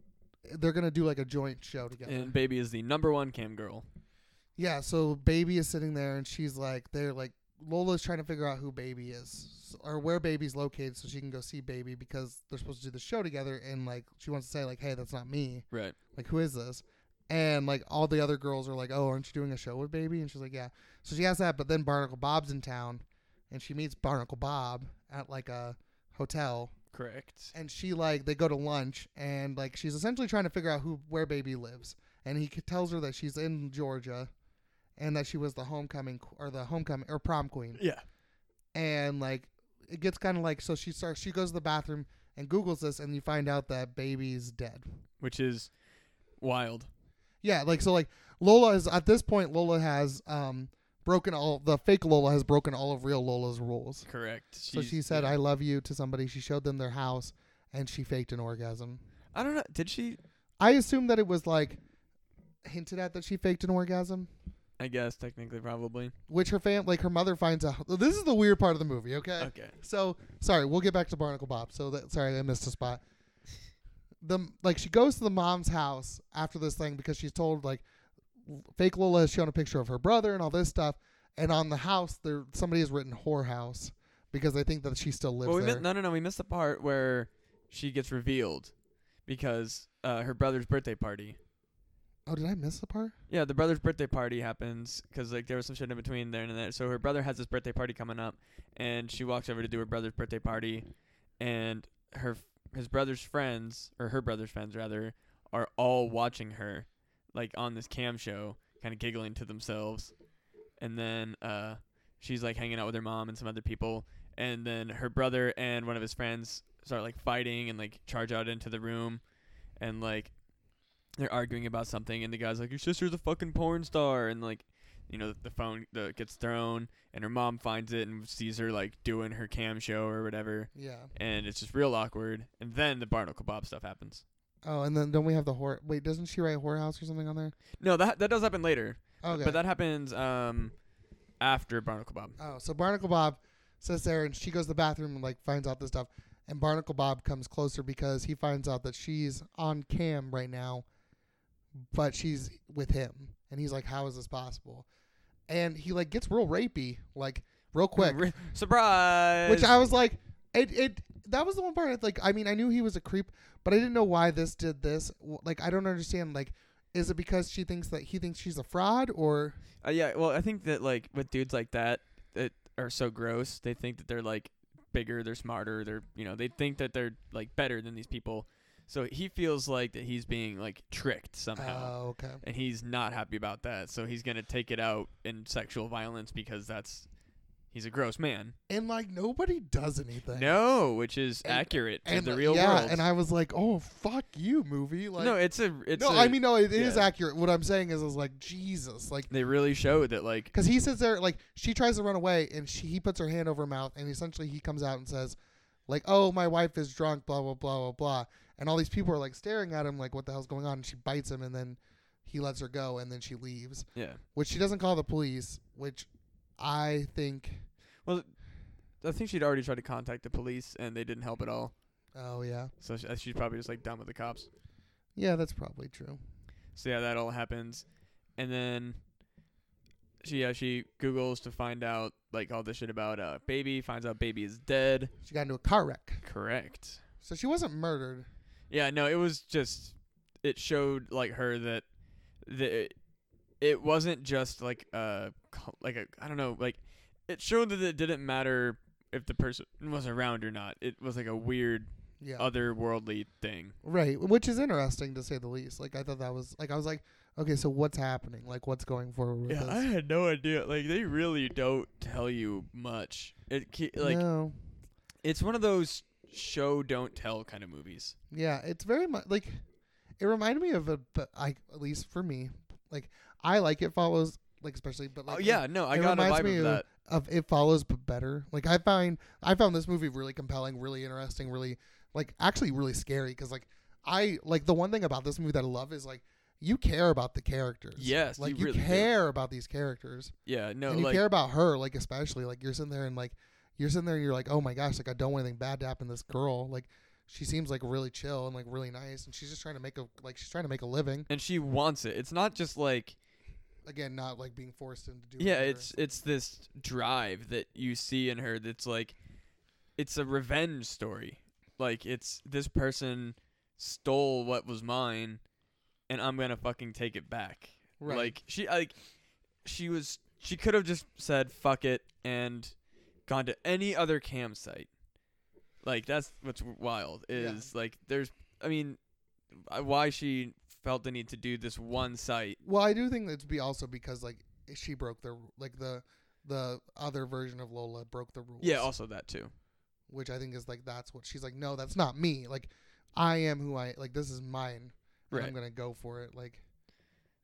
[SPEAKER 1] they're gonna do like a joint show together.
[SPEAKER 2] and baby is the number one cam girl
[SPEAKER 1] Yeah, so baby is sitting there and she's like, they're like, Lola's trying to figure out who baby is or where baby's located so she can go see baby because they're supposed to do the show together and like she wants to say like, hey, that's not me.
[SPEAKER 2] right
[SPEAKER 1] Like, who is this? And like all the other girls are like, oh, aren't you doing a show with baby? And she's like, yeah. So she has that, but then Barnacle Bob's in town and she meets Barnacle Bob at like a hotel
[SPEAKER 2] correct
[SPEAKER 1] and she like they go to lunch and like she's essentially trying to figure out who where baby lives and he c- tells her that she's in Georgia and that she was the homecoming qu- or the homecoming or prom queen
[SPEAKER 2] yeah
[SPEAKER 1] and like it gets kind of like so she starts she goes to the bathroom and googles this and you find out that baby's dead
[SPEAKER 2] which is wild
[SPEAKER 1] yeah like so like Lola is at this point Lola has um broken all the fake Lola has broken all of real Lola's rules
[SPEAKER 2] correct
[SPEAKER 1] so she said I love you to somebody she showed them their house and she faked an orgasm
[SPEAKER 2] I don't know. Did she?
[SPEAKER 1] I assume that it was like hinted at that she faked an orgasm,
[SPEAKER 2] I guess technically, probably.
[SPEAKER 1] which her fam like her mother finds out. This is the weird part of the movie. Okay,
[SPEAKER 2] Okay.
[SPEAKER 1] so sorry, we'll get back to Barnacle Bob. So that sorry, I missed a spot. The like she goes to the mom's house after this thing because she's told like fake Lola has shown a picture of her brother and all this stuff, and on the house there somebody has written whorehouse because they think that she still lives
[SPEAKER 2] Well, we
[SPEAKER 1] there.
[SPEAKER 2] missed, no, no, no. We missed the part where she gets revealed because uh, her brother's birthday party.
[SPEAKER 1] oh, did I miss the part?
[SPEAKER 2] Yeah, the brother's birthday party happens because like there was some shit in between there and there. So her brother has this birthday party coming up, and she walks over to do her brother's birthday party, and her f- his brother's friends or her brother's friends rather are all watching her, like on this cam show, kind of giggling to themselves, and then uh, she's like hanging out with her mom and some other people, and then her brother and one of his friends start like fighting and like charge out into the room, and like they're arguing about something and the guy's like your sister's a fucking porn star and like you know the phone the, gets thrown and her mom finds it and sees her like doing her cam show or whatever
[SPEAKER 1] Yeah.
[SPEAKER 2] and it's just real awkward and then the barnacle bob stuff happens
[SPEAKER 1] Oh, and then don't we have the whore? Wait, doesn't she write whorehouse or something on there?
[SPEAKER 2] no that that does happen later
[SPEAKER 1] Okay.
[SPEAKER 2] but that happens um after barnacle bob
[SPEAKER 1] Oh, so Barnacle Bob sits there and she goes to the bathroom and like finds out this stuff. And Barnacle Bob comes closer because he finds out that she's on cam right now, but she's with him. And he's like, How is this possible? And he like gets real rapey, like real quick.
[SPEAKER 2] surprise
[SPEAKER 1] Which I was like, it it that was the one part. Like, I mean, I knew he was a creep, but I didn't know why this did this. W- Like, I don't understand. Like, is it because she thinks that he thinks she's a fraud, or
[SPEAKER 2] Uh, yeah, well, I think that like with dudes like that that are so gross, they think that they're like bigger, they're smarter, they're you know they think that they're like better than these people. So he feels like that he's being like tricked somehow,
[SPEAKER 1] oh, okay,
[SPEAKER 2] and he's not happy about that. So he's gonna take it out in sexual violence because that's he's a gross man.
[SPEAKER 1] and like nobody does anything.
[SPEAKER 2] No, which is
[SPEAKER 1] And-
[SPEAKER 2] accurate to the
[SPEAKER 1] uh,
[SPEAKER 2] real
[SPEAKER 1] yeah,
[SPEAKER 2] world.
[SPEAKER 1] and I was like, "Oh, fuck you, movie!" Like,
[SPEAKER 2] no,
[SPEAKER 1] no,
[SPEAKER 2] it's a it's
[SPEAKER 1] I
[SPEAKER 2] a-
[SPEAKER 1] mean, no, it, it is
[SPEAKER 2] yeah.
[SPEAKER 1] accurate. What I'm saying is, I was like, "Jesus!" Like,
[SPEAKER 2] they really showed that like
[SPEAKER 1] because he sits there, like she tries to run away, and she he puts her hand over her mouth, and essentially he comes out and says, "Like, oh, my wife is drunk," blah blah blah blah blah, and all these people are like staring at him, like, "What the hell's going on?" And she bites him, and then he lets her go, and then she leaves,
[SPEAKER 2] yeah.
[SPEAKER 1] which she doesn't call the police, which I think,
[SPEAKER 2] I think she'd already tried to contact the police and they didn't help at all.
[SPEAKER 1] oh yeah,
[SPEAKER 2] So she, she's probably just like done with the cops.
[SPEAKER 1] yeah, that's probably true.
[SPEAKER 2] So yeah, that all happens, and then she yeah she googles to find out like all this shit about uh baby. Finds out baby is dead.
[SPEAKER 1] She got into a car wreck,
[SPEAKER 2] Correct.
[SPEAKER 1] so she wasn't murdered.
[SPEAKER 2] Yeah, no, it was just it showed like her that the it wasn't just like a co- like a I don't know like it showed that it didn't matter if the person was around or not. It was like a weird
[SPEAKER 1] Yeah.
[SPEAKER 2] otherworldly thing.
[SPEAKER 1] Right, which is interesting to say the least. Like I thought that was like I was like, okay, so what's happening? Like what's going forward with
[SPEAKER 2] Yeah, I
[SPEAKER 1] this?
[SPEAKER 2] had no idea. Like they really don't tell you much. It ke- like
[SPEAKER 1] no.
[SPEAKER 2] it's one of those show don't tell kind of movies.
[SPEAKER 1] Yeah, it's very much like it reminded me of a but I at least for me, like I like it follows like especially but like
[SPEAKER 2] oh yeah, no, I
[SPEAKER 1] it
[SPEAKER 2] got a
[SPEAKER 1] reminds
[SPEAKER 2] vibe
[SPEAKER 1] me
[SPEAKER 2] of
[SPEAKER 1] of-
[SPEAKER 2] that.
[SPEAKER 1] of it follows but better. Like I find I found this movie really compelling, really interesting, really like actually really scary because like I like the one thing about this movie that I love is like you care about the characters.
[SPEAKER 2] Yes,
[SPEAKER 1] like
[SPEAKER 2] you really do.
[SPEAKER 1] care about these characters.
[SPEAKER 2] Yeah, no,
[SPEAKER 1] and you
[SPEAKER 2] like
[SPEAKER 1] care about her, like especially like you're sitting there and like you're sitting there and you're like, oh my gosh, like I don't want anything bad to happen to this girl. Like she seems like really chill and like really nice, and she's just trying to make a like she's trying to make a living.
[SPEAKER 2] and she wants it. It's not just like
[SPEAKER 1] Again, not like being forced into doing.
[SPEAKER 2] yeah
[SPEAKER 1] it or-
[SPEAKER 2] it's it's this drive that you see in her that's like it's a revenge story like it's this person stole what was mine and i'm gonna fucking take it back
[SPEAKER 1] Right.
[SPEAKER 2] like she like she was she could have just said fuck it and gone to any other campsite like that's what's wild is like there's i mean uh, why she felt the need to do this one site
[SPEAKER 1] Well, I do think that's be also because like she broke the like the the other version of Lola broke the rules.
[SPEAKER 2] yeah also that too
[SPEAKER 1] which I think is like that's what she's like. No, that's not me. Like I am who I like. This is mine. and
[SPEAKER 2] right
[SPEAKER 1] I'm gonna go for it. Like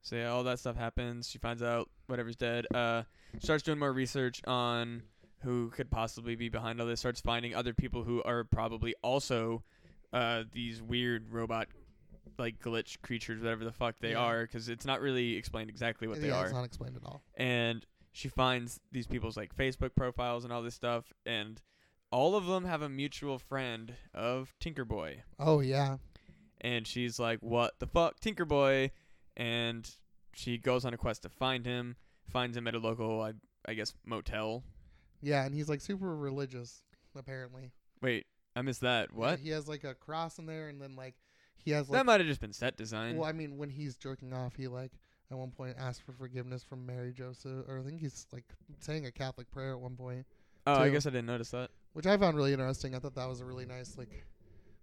[SPEAKER 2] So yeah, all that stuff happens. She finds out whatever's dead. Uh, starts doing more research on who could possibly be behind all this. Starts finding other people who are probably also uh, these weird robot, like glitch creatures, whatever the fuck they
[SPEAKER 1] Yeah.
[SPEAKER 2] are, because it's not really explained exactly what they
[SPEAKER 1] eh, yeah,
[SPEAKER 2] are
[SPEAKER 1] it's not explained at all.
[SPEAKER 2] and she finds these people's like Facebook profiles and all this stuff, and all of them have a mutual friend of Tinkerboy,
[SPEAKER 1] Oh yeah,
[SPEAKER 2] and she's like, "What the fuck, Tinkerboy?" And she goes on a quest to find him. Finds him at a local, I, I guess, motel.
[SPEAKER 1] yeah, and he's like super religious apparently.
[SPEAKER 2] Wait, I missed that.
[SPEAKER 1] Yeah,
[SPEAKER 2] What?
[SPEAKER 1] he has like a cross in there, and then like he has
[SPEAKER 2] that
[SPEAKER 1] like.
[SPEAKER 2] might have just been set design.
[SPEAKER 1] well, I mean, when he's jerking off, he like at one point asked for forgiveness from Mary Joseph, or I think he's like saying a Catholic prayer at one point,
[SPEAKER 2] oh, I
[SPEAKER 1] too.
[SPEAKER 2] guess I didn't notice that.
[SPEAKER 1] which I found really interesting. I thought that was a really nice like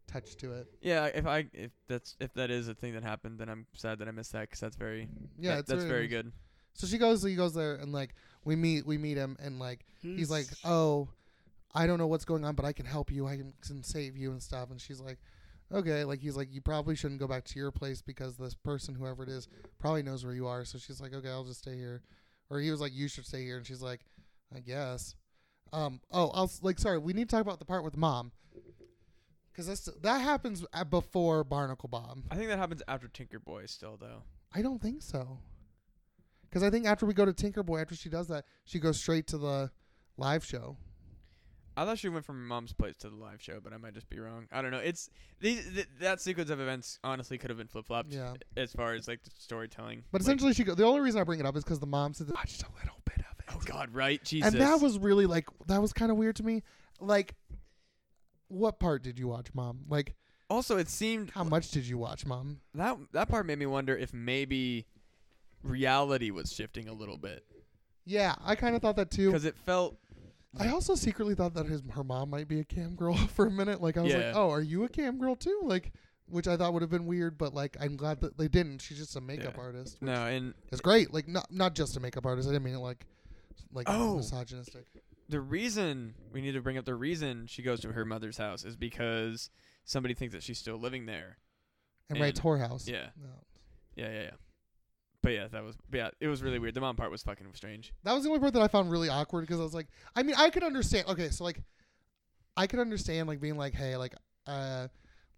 [SPEAKER 1] touch to it.
[SPEAKER 2] Yeah, if I if that's if that is a thing that happened, then I'm sad that I missed that because that's very
[SPEAKER 1] Yeah,
[SPEAKER 2] that-
[SPEAKER 1] it's
[SPEAKER 2] that's very
[SPEAKER 1] nice.
[SPEAKER 2] good.
[SPEAKER 1] So she goes, he goes there, and like we meet, we meet him, and like he's like, "Oh, I don't know what's going on, but I can help you. I can, can save you and stuff." And she's like, "Okay." Like he's like, "You probably shouldn't go back to your place because this person, whoever it is, probably knows where you are." So she's like, "Okay, I'll just stay here." Or he was like, "You should stay here," and she's like, "I guess." Um. Oh, I'll s- like. Sorry, we need to talk about the part with mom, because that's that happens uh, before Barnacle Bob.
[SPEAKER 2] I think that happens after Tinkerboy still though.
[SPEAKER 1] I don't think so. Because I think after we go to Tinkerboy, after she does that, she goes straight to the live show.
[SPEAKER 2] I thought she went from her mom's place to the live show, but I might just be wrong. I don't know. It's these th- that sequence of events honestly could have been flip flopped.
[SPEAKER 1] Yeah.
[SPEAKER 2] As far as like the storytelling,
[SPEAKER 1] But
[SPEAKER 2] Like,
[SPEAKER 1] essentially, she go- the only reason I bring it up is because the mom said, that- "Watched a little bit of it,"
[SPEAKER 2] oh god, right? Jesus.
[SPEAKER 1] and that was really like that was kind of weird to me. Like, what part did you watch, mom? Like,
[SPEAKER 2] also it seemed
[SPEAKER 1] how much did you watch, mom?
[SPEAKER 2] that that part made me wonder if maybe reality was shifting a little bit
[SPEAKER 1] Yeah, I kind of thought that too.
[SPEAKER 2] because it felt
[SPEAKER 1] I also secretly thought that his her mom might be a cam girl for a minute. Like I was
[SPEAKER 2] Yeah.
[SPEAKER 1] like, "Oh, are you a cam girl too?" Like, which I thought would have been weird, but like I'm glad that they didn't. She's just a makeup
[SPEAKER 2] Yeah.
[SPEAKER 1] artist. which-
[SPEAKER 2] no, and
[SPEAKER 1] It's great. Like not not just a makeup artist. I didn't mean it like like
[SPEAKER 2] Oh.
[SPEAKER 1] misogynistic.
[SPEAKER 2] the reason we need to bring up the reason she goes to her mother's house is because somebody thinks that she's still living there.
[SPEAKER 1] And,
[SPEAKER 2] And-
[SPEAKER 1] writes whorehouse.
[SPEAKER 2] Yeah,
[SPEAKER 1] No.
[SPEAKER 2] yeah, yeah, yeah. But yeah, that was but yeah, it was really weird. The mom part was fucking strange.
[SPEAKER 1] That was the only part that I found really awkward because I was like, I mean, I could understand. Okay, so like, I could understand like being like, hey, like, uh,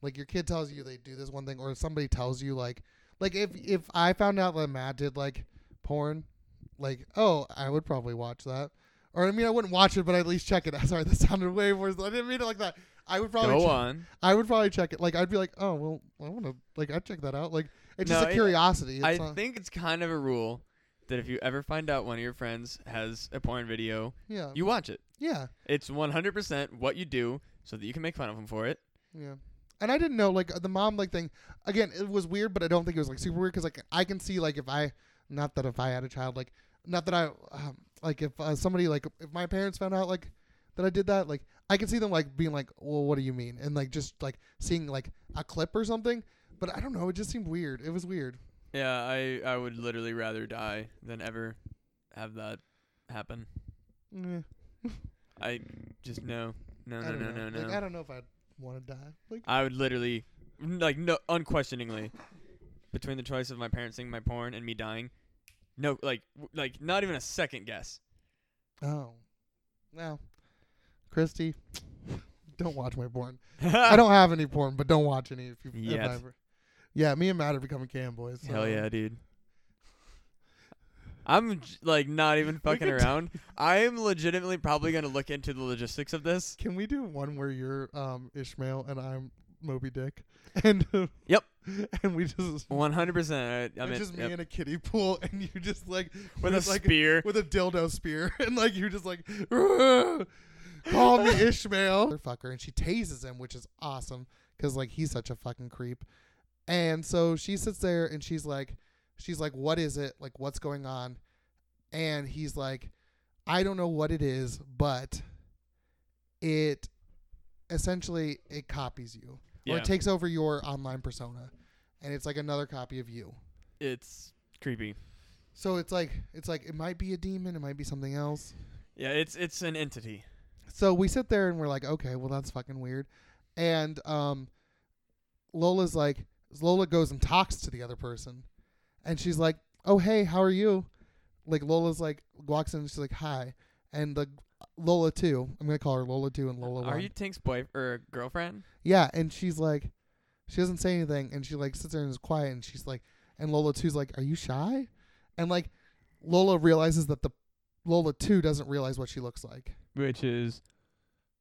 [SPEAKER 1] like your kid tells you they do this one thing, or if somebody tells you like, like if if I found out that Matt did like porn, like, oh, I would probably watch that. Or I mean, I wouldn't watch it, but I'd at least check it. out. Sorry, that sounded way worse. I didn't mean it like that. I would probably
[SPEAKER 2] Go
[SPEAKER 1] check-
[SPEAKER 2] on.
[SPEAKER 1] I would probably check it. Like I'd be like, oh well, I want to like I'd check that out. Like it's
[SPEAKER 2] No,
[SPEAKER 1] just a
[SPEAKER 2] it-
[SPEAKER 1] curiosity. It's
[SPEAKER 2] I
[SPEAKER 1] not-
[SPEAKER 2] think it's kind of a rule that if you ever find out one of your friends has a porn video,
[SPEAKER 1] yeah,
[SPEAKER 2] you watch it.
[SPEAKER 1] yeah,
[SPEAKER 2] It's 100% what you do so that you can make fun of them for it.
[SPEAKER 1] yeah. And I didn't know like the mom like thing. Again, it was weird, but I don't think it was like super weird because like I can see like if I not that if I had a child, like, not that I, um, like, if uh, somebody, like, if my parents found out, like, that I did that, like, I could see them, like, being like, well, what do you mean? And, like, just, like, seeing, like, a clip or something. But I don't know. It just seemed weird. It was weird.
[SPEAKER 2] Yeah, I I would literally rather die than ever have that happen.
[SPEAKER 1] Eh,
[SPEAKER 2] I just no, no,
[SPEAKER 1] I
[SPEAKER 2] no,
[SPEAKER 1] don't
[SPEAKER 2] no,
[SPEAKER 1] know.
[SPEAKER 2] no, no.
[SPEAKER 1] Like, I don't know if I'd want to die. Like,
[SPEAKER 2] I would literally, n- like, no, unquestioningly, between the choice of my parents seeing my porn and me dying, no, like, w- like not even a second guess.
[SPEAKER 1] oh. Now, Christy, don't watch my porn.
[SPEAKER 2] Uh.
[SPEAKER 1] I don't have any porn, but don't watch any if you if
[SPEAKER 2] Yet.
[SPEAKER 1] I ever. Yeah, me and Matt are becoming cam boys. so-
[SPEAKER 2] Hell yeah, dude. I'm j- like not even fucking
[SPEAKER 1] could-
[SPEAKER 2] around. I am legitimately probably gonna look into the logistics of this.
[SPEAKER 1] Can we do one where you're um, Ishmael and I'm Moby Dick, and uh,
[SPEAKER 2] Yep.
[SPEAKER 1] and we just
[SPEAKER 2] 100. percent I
[SPEAKER 1] it's
[SPEAKER 2] mean,
[SPEAKER 1] just
[SPEAKER 2] yep.
[SPEAKER 1] me in a kiddie pool, and you just like
[SPEAKER 2] with a
[SPEAKER 1] like
[SPEAKER 2] spear.
[SPEAKER 1] with a dildo spear, and like you're just like call me Ishmael, fucker, and she tases him, which is awesome because like he's such a fucking creep, and so she sits there and she's like, she's like, what is it? Like what's going on? And he's like, I don't know what it is, but it essentially it copies you or
[SPEAKER 2] Yeah,
[SPEAKER 1] it takes over your online persona, and it's like another copy of you.
[SPEAKER 2] it's creepy.
[SPEAKER 1] So it's like it's like it might be a demon, it might be something else.
[SPEAKER 2] Yeah, it's it's an entity.
[SPEAKER 1] So we sit there and we're like, okay, well that's fucking weird. And um, Lola's like, Lola goes and talks to the other person, and she's like, oh hey, how are you? Like Lola's like walks in, and she's like hi, and the Lola two, I'm gonna call her Lola two and Lola
[SPEAKER 2] Are
[SPEAKER 1] one.
[SPEAKER 2] you Tink's boy or girlfriend?
[SPEAKER 1] Yeah, and she's like, she doesn't say anything, and she like sits there and is quiet, and she's like, and Lola two's like, are you shy? And like, Lola realizes that the Lola two doesn't realize what she looks like.
[SPEAKER 2] Which is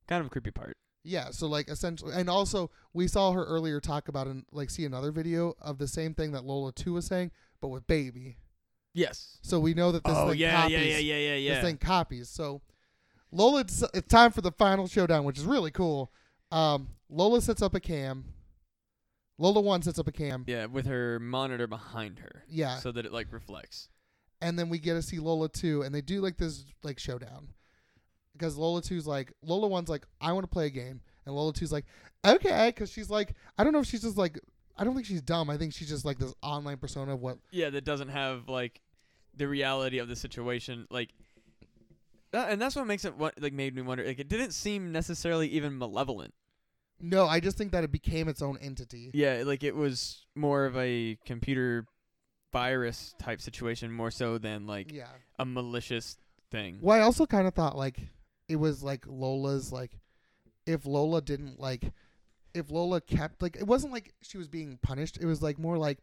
[SPEAKER 2] kind of a creepy part.
[SPEAKER 1] Yeah, so like essentially, and also we saw her earlier talk about and like see another video of the same thing that Lola two was saying, but with baby.
[SPEAKER 2] Yes.
[SPEAKER 1] So we know that this
[SPEAKER 2] oh
[SPEAKER 1] thing
[SPEAKER 2] yeah,
[SPEAKER 1] copies.
[SPEAKER 2] yeah, yeah, yeah, yeah, yeah.
[SPEAKER 1] This thing copies. So Lola, it's, it's time for the final showdown, which is really cool. Um, Lola sets up a cam. Lola one sets up a cam.
[SPEAKER 2] Yeah, with her monitor behind her,
[SPEAKER 1] Yeah.
[SPEAKER 2] so that it like reflects.
[SPEAKER 1] and then we get to see Lola 2 and they do like this like showdown. Because Lola 2's like Lola 1's like I want to play a game and Lola 2's like okay cuz she's like I don't know if she's just like I don't think she's dumb. I think she's just like this online persona of what
[SPEAKER 2] Yeah, that doesn't have like the reality of the situation. Like, that, and that's what makes it what like made me wonder. Like, it didn't seem necessarily even malevolent.
[SPEAKER 1] No, I just think that it became its own entity.
[SPEAKER 2] Yeah, like it was more of a computer virus type situation more so than like
[SPEAKER 1] Yeah.
[SPEAKER 2] a malicious thing.
[SPEAKER 1] Well, I also kind of thought like it was like Lola's like if Lola didn't like if Lola kept like it wasn't like she was being punished. It was like more like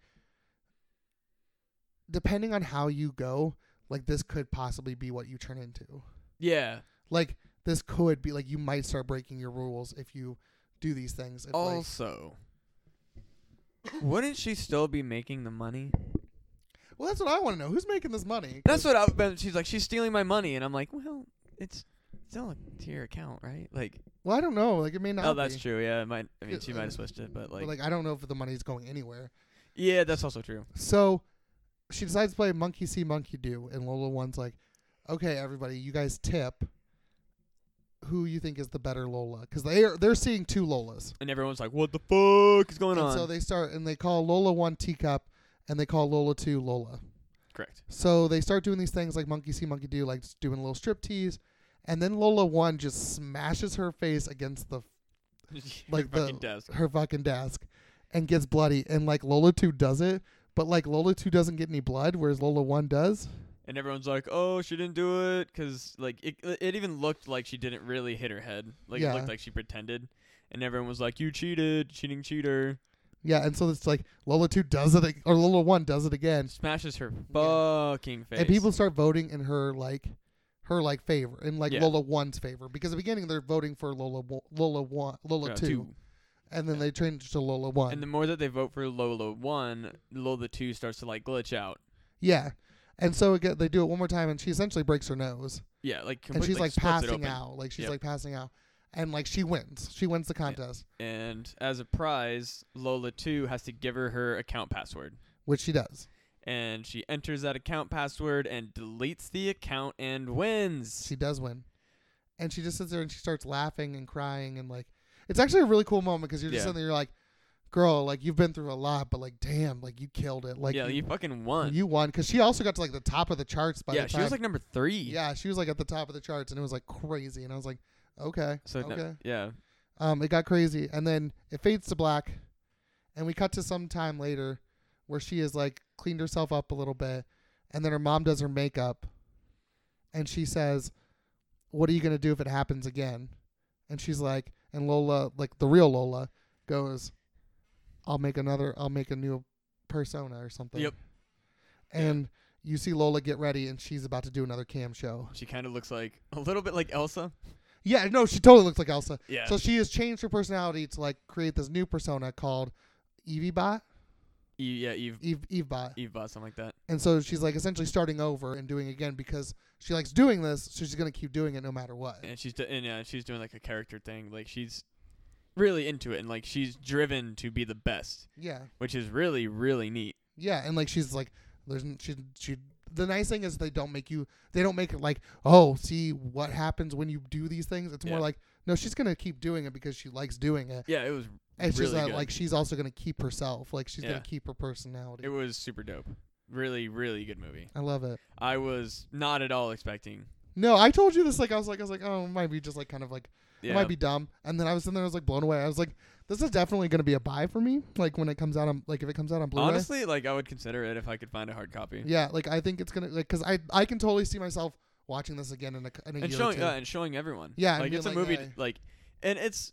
[SPEAKER 1] depending on how you go, like this could possibly be what you turn into.
[SPEAKER 2] Yeah.
[SPEAKER 1] Like this could be like you might start breaking your rules if you do these things. If, like,
[SPEAKER 2] Also, wouldn't she still be making the money?
[SPEAKER 1] well, that's what I want to know. Who's making this money?
[SPEAKER 2] That's what I've been. She's like, she's stealing my money, and I'm like, well, it's still to your account, right? Like,
[SPEAKER 1] Well, I don't know. Like it may not.
[SPEAKER 2] oh, that's
[SPEAKER 1] be.
[SPEAKER 2] true. Yeah, it might. I mean,
[SPEAKER 1] It-
[SPEAKER 2] she might have switched it, but like,
[SPEAKER 1] But like I don't know if the money's going anywhere.
[SPEAKER 2] yeah, that's also true.
[SPEAKER 1] So she decides to play Monkey See, Monkey Do, and Lola One's like, "Okay, everybody, you guys tip who you think is the better Lola, because they are they're seeing two Lolas."
[SPEAKER 2] And everyone's like, what the fuck is going
[SPEAKER 1] and
[SPEAKER 2] on?
[SPEAKER 1] so they start and they call Lola One Teacup, and they call Lola Two Lola.
[SPEAKER 2] Correct.
[SPEAKER 1] So they start doing these things like Monkey See, Monkey Do, like just doing little strip tease, and then Lola One just smashes her face against the Like
[SPEAKER 2] like
[SPEAKER 1] the-
[SPEAKER 2] fucking desk.
[SPEAKER 1] her fucking desk and gets bloody, and like Lola Two does it. But like Lola two doesn't get any blood, whereas Lola one does.
[SPEAKER 2] And everyone's like, oh, she didn't do it, because like it, it even looked like she didn't really hit her head. Like
[SPEAKER 1] Yeah.
[SPEAKER 2] it looked like she pretended. And everyone was like, you cheated, cheating cheater.
[SPEAKER 1] Yeah, and so it's like Lola two does it ag- or Lola one does it again,
[SPEAKER 2] Smashes her
[SPEAKER 1] Yeah.
[SPEAKER 2] fucking face.
[SPEAKER 1] and people start voting in her like her like favor in like
[SPEAKER 2] Yeah.
[SPEAKER 1] Lola one's favor because at the beginning they're voting for Lola wo- Lola one Lola
[SPEAKER 2] Uh,
[SPEAKER 1] two, and then
[SPEAKER 2] Yeah.
[SPEAKER 1] they change to Lola one.
[SPEAKER 2] And the more that they vote for Lola one, Lola two starts to like glitch out.
[SPEAKER 1] yeah, and so again they do it one more time, and she essentially breaks her nose,
[SPEAKER 2] Yeah, like
[SPEAKER 1] and
[SPEAKER 2] completely
[SPEAKER 1] she's like
[SPEAKER 2] splits it
[SPEAKER 1] passing
[SPEAKER 2] open.
[SPEAKER 1] out, like she's
[SPEAKER 2] Yep.
[SPEAKER 1] like passing out, and like she wins, she wins the contest,
[SPEAKER 2] And as a prize, Lola two has to give her her account password,
[SPEAKER 1] which she does.
[SPEAKER 2] and she enters that account password and deletes the account and wins.
[SPEAKER 1] She does win. And she just sits there and she starts laughing and crying and like it's actually a really cool moment because you're just
[SPEAKER 2] Yeah.
[SPEAKER 1] sitting there you're like, girl, like you've been through a lot, but like damn, like you killed it. Like
[SPEAKER 2] yeah,
[SPEAKER 1] you,
[SPEAKER 2] you fucking won.
[SPEAKER 1] you won because she also got to like the top of the charts by
[SPEAKER 2] yeah,
[SPEAKER 1] the
[SPEAKER 2] she
[SPEAKER 1] time.
[SPEAKER 2] was like E. number three.
[SPEAKER 1] yeah, she was like at the top of the charts and it was like crazy and I was like, okay,
[SPEAKER 2] So no-
[SPEAKER 1] okay.
[SPEAKER 2] yeah,
[SPEAKER 1] Um, it got crazy, and then it fades to black, and we cut to some time later where she has like cleaned herself up a little bit, and then her mom does her makeup, and she says, "What are you gonna do if it happens again?" And she's like, and Lola, like the real Lola, goes, "I'll make another. I'll make a new persona or something."
[SPEAKER 2] Yep.
[SPEAKER 1] And you see Lola get ready, and she's about to do another cam show.
[SPEAKER 2] she kind of looks like a little bit like Elsa.
[SPEAKER 1] Yeah, no, she totally looks like Elsa.
[SPEAKER 2] Yeah.
[SPEAKER 1] So she has changed her personality to like create this new persona called Evie Bot,
[SPEAKER 2] Eve, E, yeah, Eve,
[SPEAKER 1] Eve Evebot.
[SPEAKER 2] Eve Bot, something like that.
[SPEAKER 1] And so she's like essentially starting over and doing again because she likes doing this, so she's gonna keep doing it no matter what.
[SPEAKER 2] And she's do- and yeah, she's doing like a character thing. Like she's really into it, and like she's driven to be the best,
[SPEAKER 1] Yeah,
[SPEAKER 2] which is really really neat.
[SPEAKER 1] yeah, and like she's like, there's n- she she. The nice thing is they don't make you. They don't make it like, oh, see what happens when you do these things. It's more
[SPEAKER 2] Yeah.
[SPEAKER 1] like, no, she's gonna keep doing it because she likes doing it,
[SPEAKER 2] Yeah, it was
[SPEAKER 1] and she's
[SPEAKER 2] really
[SPEAKER 1] not,
[SPEAKER 2] good.
[SPEAKER 1] like, she's also gonna keep herself. Like she's
[SPEAKER 2] Yeah.
[SPEAKER 1] gonna keep her personality.
[SPEAKER 2] it was super dope. Really really good movie.
[SPEAKER 1] I love it.
[SPEAKER 2] I was not at all expecting.
[SPEAKER 1] No, I told you this. Like, I was like, I was like, oh, it might be just like kind of like
[SPEAKER 2] Yeah,
[SPEAKER 1] it might be dumb. And then I was sitting there, I was like blown away. I was like, this is definitely going to be a buy for me. Like when it comes out on like if it comes out on Blu-ray.
[SPEAKER 2] honestly, like I would consider it if I could find a hard copy.
[SPEAKER 1] yeah, like I think it's gonna like because I I can totally see myself watching this again in a, in a
[SPEAKER 2] and
[SPEAKER 1] year or
[SPEAKER 2] showing
[SPEAKER 1] two.
[SPEAKER 2] uh, and showing everyone.
[SPEAKER 1] Yeah, and
[SPEAKER 2] like
[SPEAKER 1] being
[SPEAKER 2] it's
[SPEAKER 1] like,
[SPEAKER 2] a movie
[SPEAKER 1] yeah.
[SPEAKER 2] t- like, and it's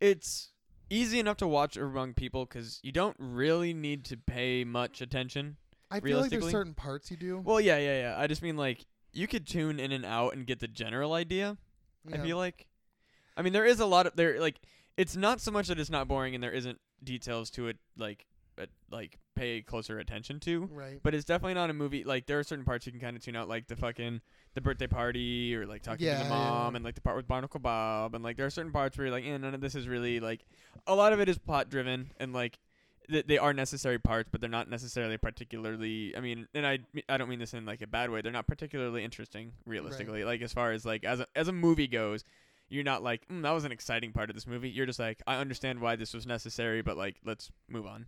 [SPEAKER 2] it's easy enough to watch among people because you don't really need to pay much attention.
[SPEAKER 1] I feel like there's
[SPEAKER 2] realistically-
[SPEAKER 1] certain parts you do.
[SPEAKER 2] Well, yeah, yeah, yeah. I just mean like you could tune in and out and get the general idea.
[SPEAKER 1] yeah.
[SPEAKER 2] I feel like, I mean, there is a lot of there like it's not so much that it's not boring and there isn't details to it like at, like pay closer attention to.
[SPEAKER 1] right.
[SPEAKER 2] But it's definitely not a movie. Like there are certain parts you can kind of tune out, like the fucking the birthday party, or like talking to
[SPEAKER 1] Yeah,
[SPEAKER 2] the
[SPEAKER 1] yeah.
[SPEAKER 2] mom, and like the part with Barnacle Bob, and like there are certain parts where you're like, eh, none of this is really like. A lot of it is plot driven, and like th- they are necessary parts, but they're not necessarily particularly. I mean, and I I don't mean this in like a bad way. They're not particularly interesting, realistically. Like as far as like as a, as a movie goes. You're not like mm, that was an exciting part of this movie. You're just like I understand why this was necessary, but like let's move on.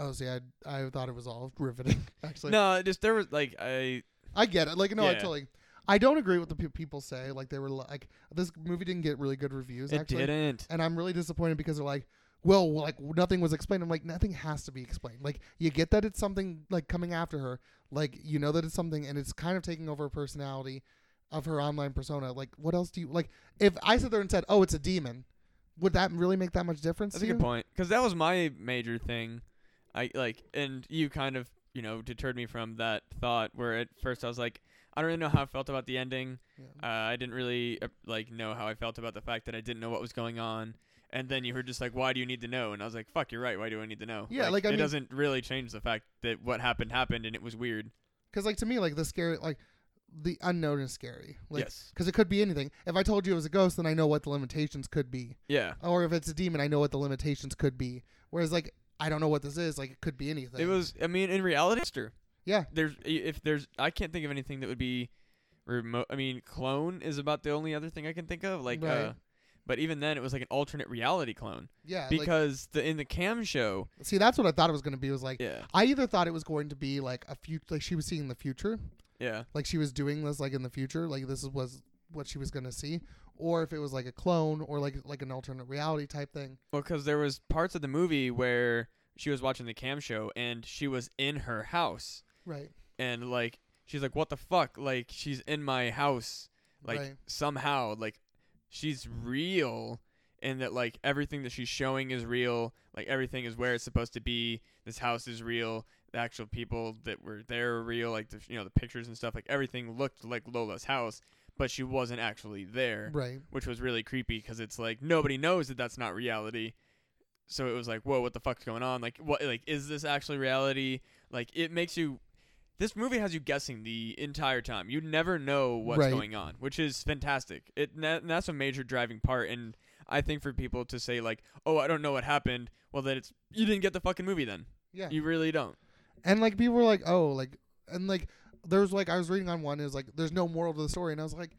[SPEAKER 1] Oh, see, I I thought it was all riveting. Actually,
[SPEAKER 2] no, just there was like I
[SPEAKER 1] I get it. Like, no, I
[SPEAKER 2] Yeah.
[SPEAKER 1] totally. I don't agree with the pe- people say. Like, they were like, this movie didn't get really good reviews.
[SPEAKER 2] it
[SPEAKER 1] actually,
[SPEAKER 2] didn't.
[SPEAKER 1] and I'm really disappointed because they're like, well, like nothing was explained. I'm like, nothing has to be explained. Like you get that it's something like coming after her. Like you know that it's something, and it's kind of taking over her personality of her online persona. Like what else do you like? If I sit there and said, oh, it's a demon, would that really make that much difference?
[SPEAKER 2] That's
[SPEAKER 1] to
[SPEAKER 2] a good
[SPEAKER 1] you?
[SPEAKER 2] point. 'Cause that was my major thing. I like, and you kind of, you know, deterred me from that thought. Where at first I was like, I don't really know how I felt about the ending.
[SPEAKER 1] Yeah.
[SPEAKER 2] Uh, I didn't really uh, like know how I felt about the fact that I didn't know what was going on. And then you were just like, "Why do you need to know?" And I was like, "Fuck, you're right. Why do I need to know?"
[SPEAKER 1] Yeah, like, I
[SPEAKER 2] it
[SPEAKER 1] mean-
[SPEAKER 2] doesn't really change the fact that what happened happened and it was weird.
[SPEAKER 1] Because like to me, like the scary, like the unknown is scary. Like,
[SPEAKER 2] yes.
[SPEAKER 1] Because it could be anything. If I told you it was a ghost, then I know what the limitations could be.
[SPEAKER 2] Yeah.
[SPEAKER 1] Or if it's a demon, I know what the limitations could be. Whereas like I don't know what this is. Like it could be anything.
[SPEAKER 2] It was. I mean, in reality, Esther.
[SPEAKER 1] Yeah.
[SPEAKER 2] There's i- if there's I can't think of anything that would be remote. I mean, clone is about the only other thing I can think of. Like,
[SPEAKER 1] Right.
[SPEAKER 2] uh, but even then, it was like an alternate reality clone
[SPEAKER 1] yeah. like-
[SPEAKER 2] because the in the cam show.
[SPEAKER 1] See, that's what I thought it was going to be. Was like,
[SPEAKER 2] Yeah.
[SPEAKER 1] I either thought it was going to be like a future, like she was seeing the future,
[SPEAKER 2] Yeah.
[SPEAKER 1] like she was doing this, like in the future, like this was what she was going to see, or if it was like a clone or like like an alternate reality type thing.
[SPEAKER 2] Well, because there was parts of the movie where she was watching the cam show and she was in her house
[SPEAKER 1] Right.
[SPEAKER 2] and like she's like, "What the fuck?" Like she's in my house. Like
[SPEAKER 1] Right.
[SPEAKER 2] somehow like she's real and that like everything that she's showing is real like everything is where it's supposed to be this house is real the actual people that were there are real like the you know the pictures and stuff like everything looked like lola's house but she wasn't actually there
[SPEAKER 1] Right.
[SPEAKER 2] which was really creepy because it's like nobody knows that that's not reality. So it was like, whoa, what the fuck's going on? Like, what? Like, is this actually reality? Like, it makes you. This movie has you guessing the entire time. You never know what's
[SPEAKER 1] Right.
[SPEAKER 2] going on, which is fantastic. It and that, and that's a major driving part. And I think for people to say like, oh, I don't know what happened, well, then it's you didn't get the fucking movie. Then
[SPEAKER 1] Yeah.
[SPEAKER 2] you really don't.
[SPEAKER 1] and like people were like, oh, like and like there's like I was reading on one is like there's no moral to the story, and I was like,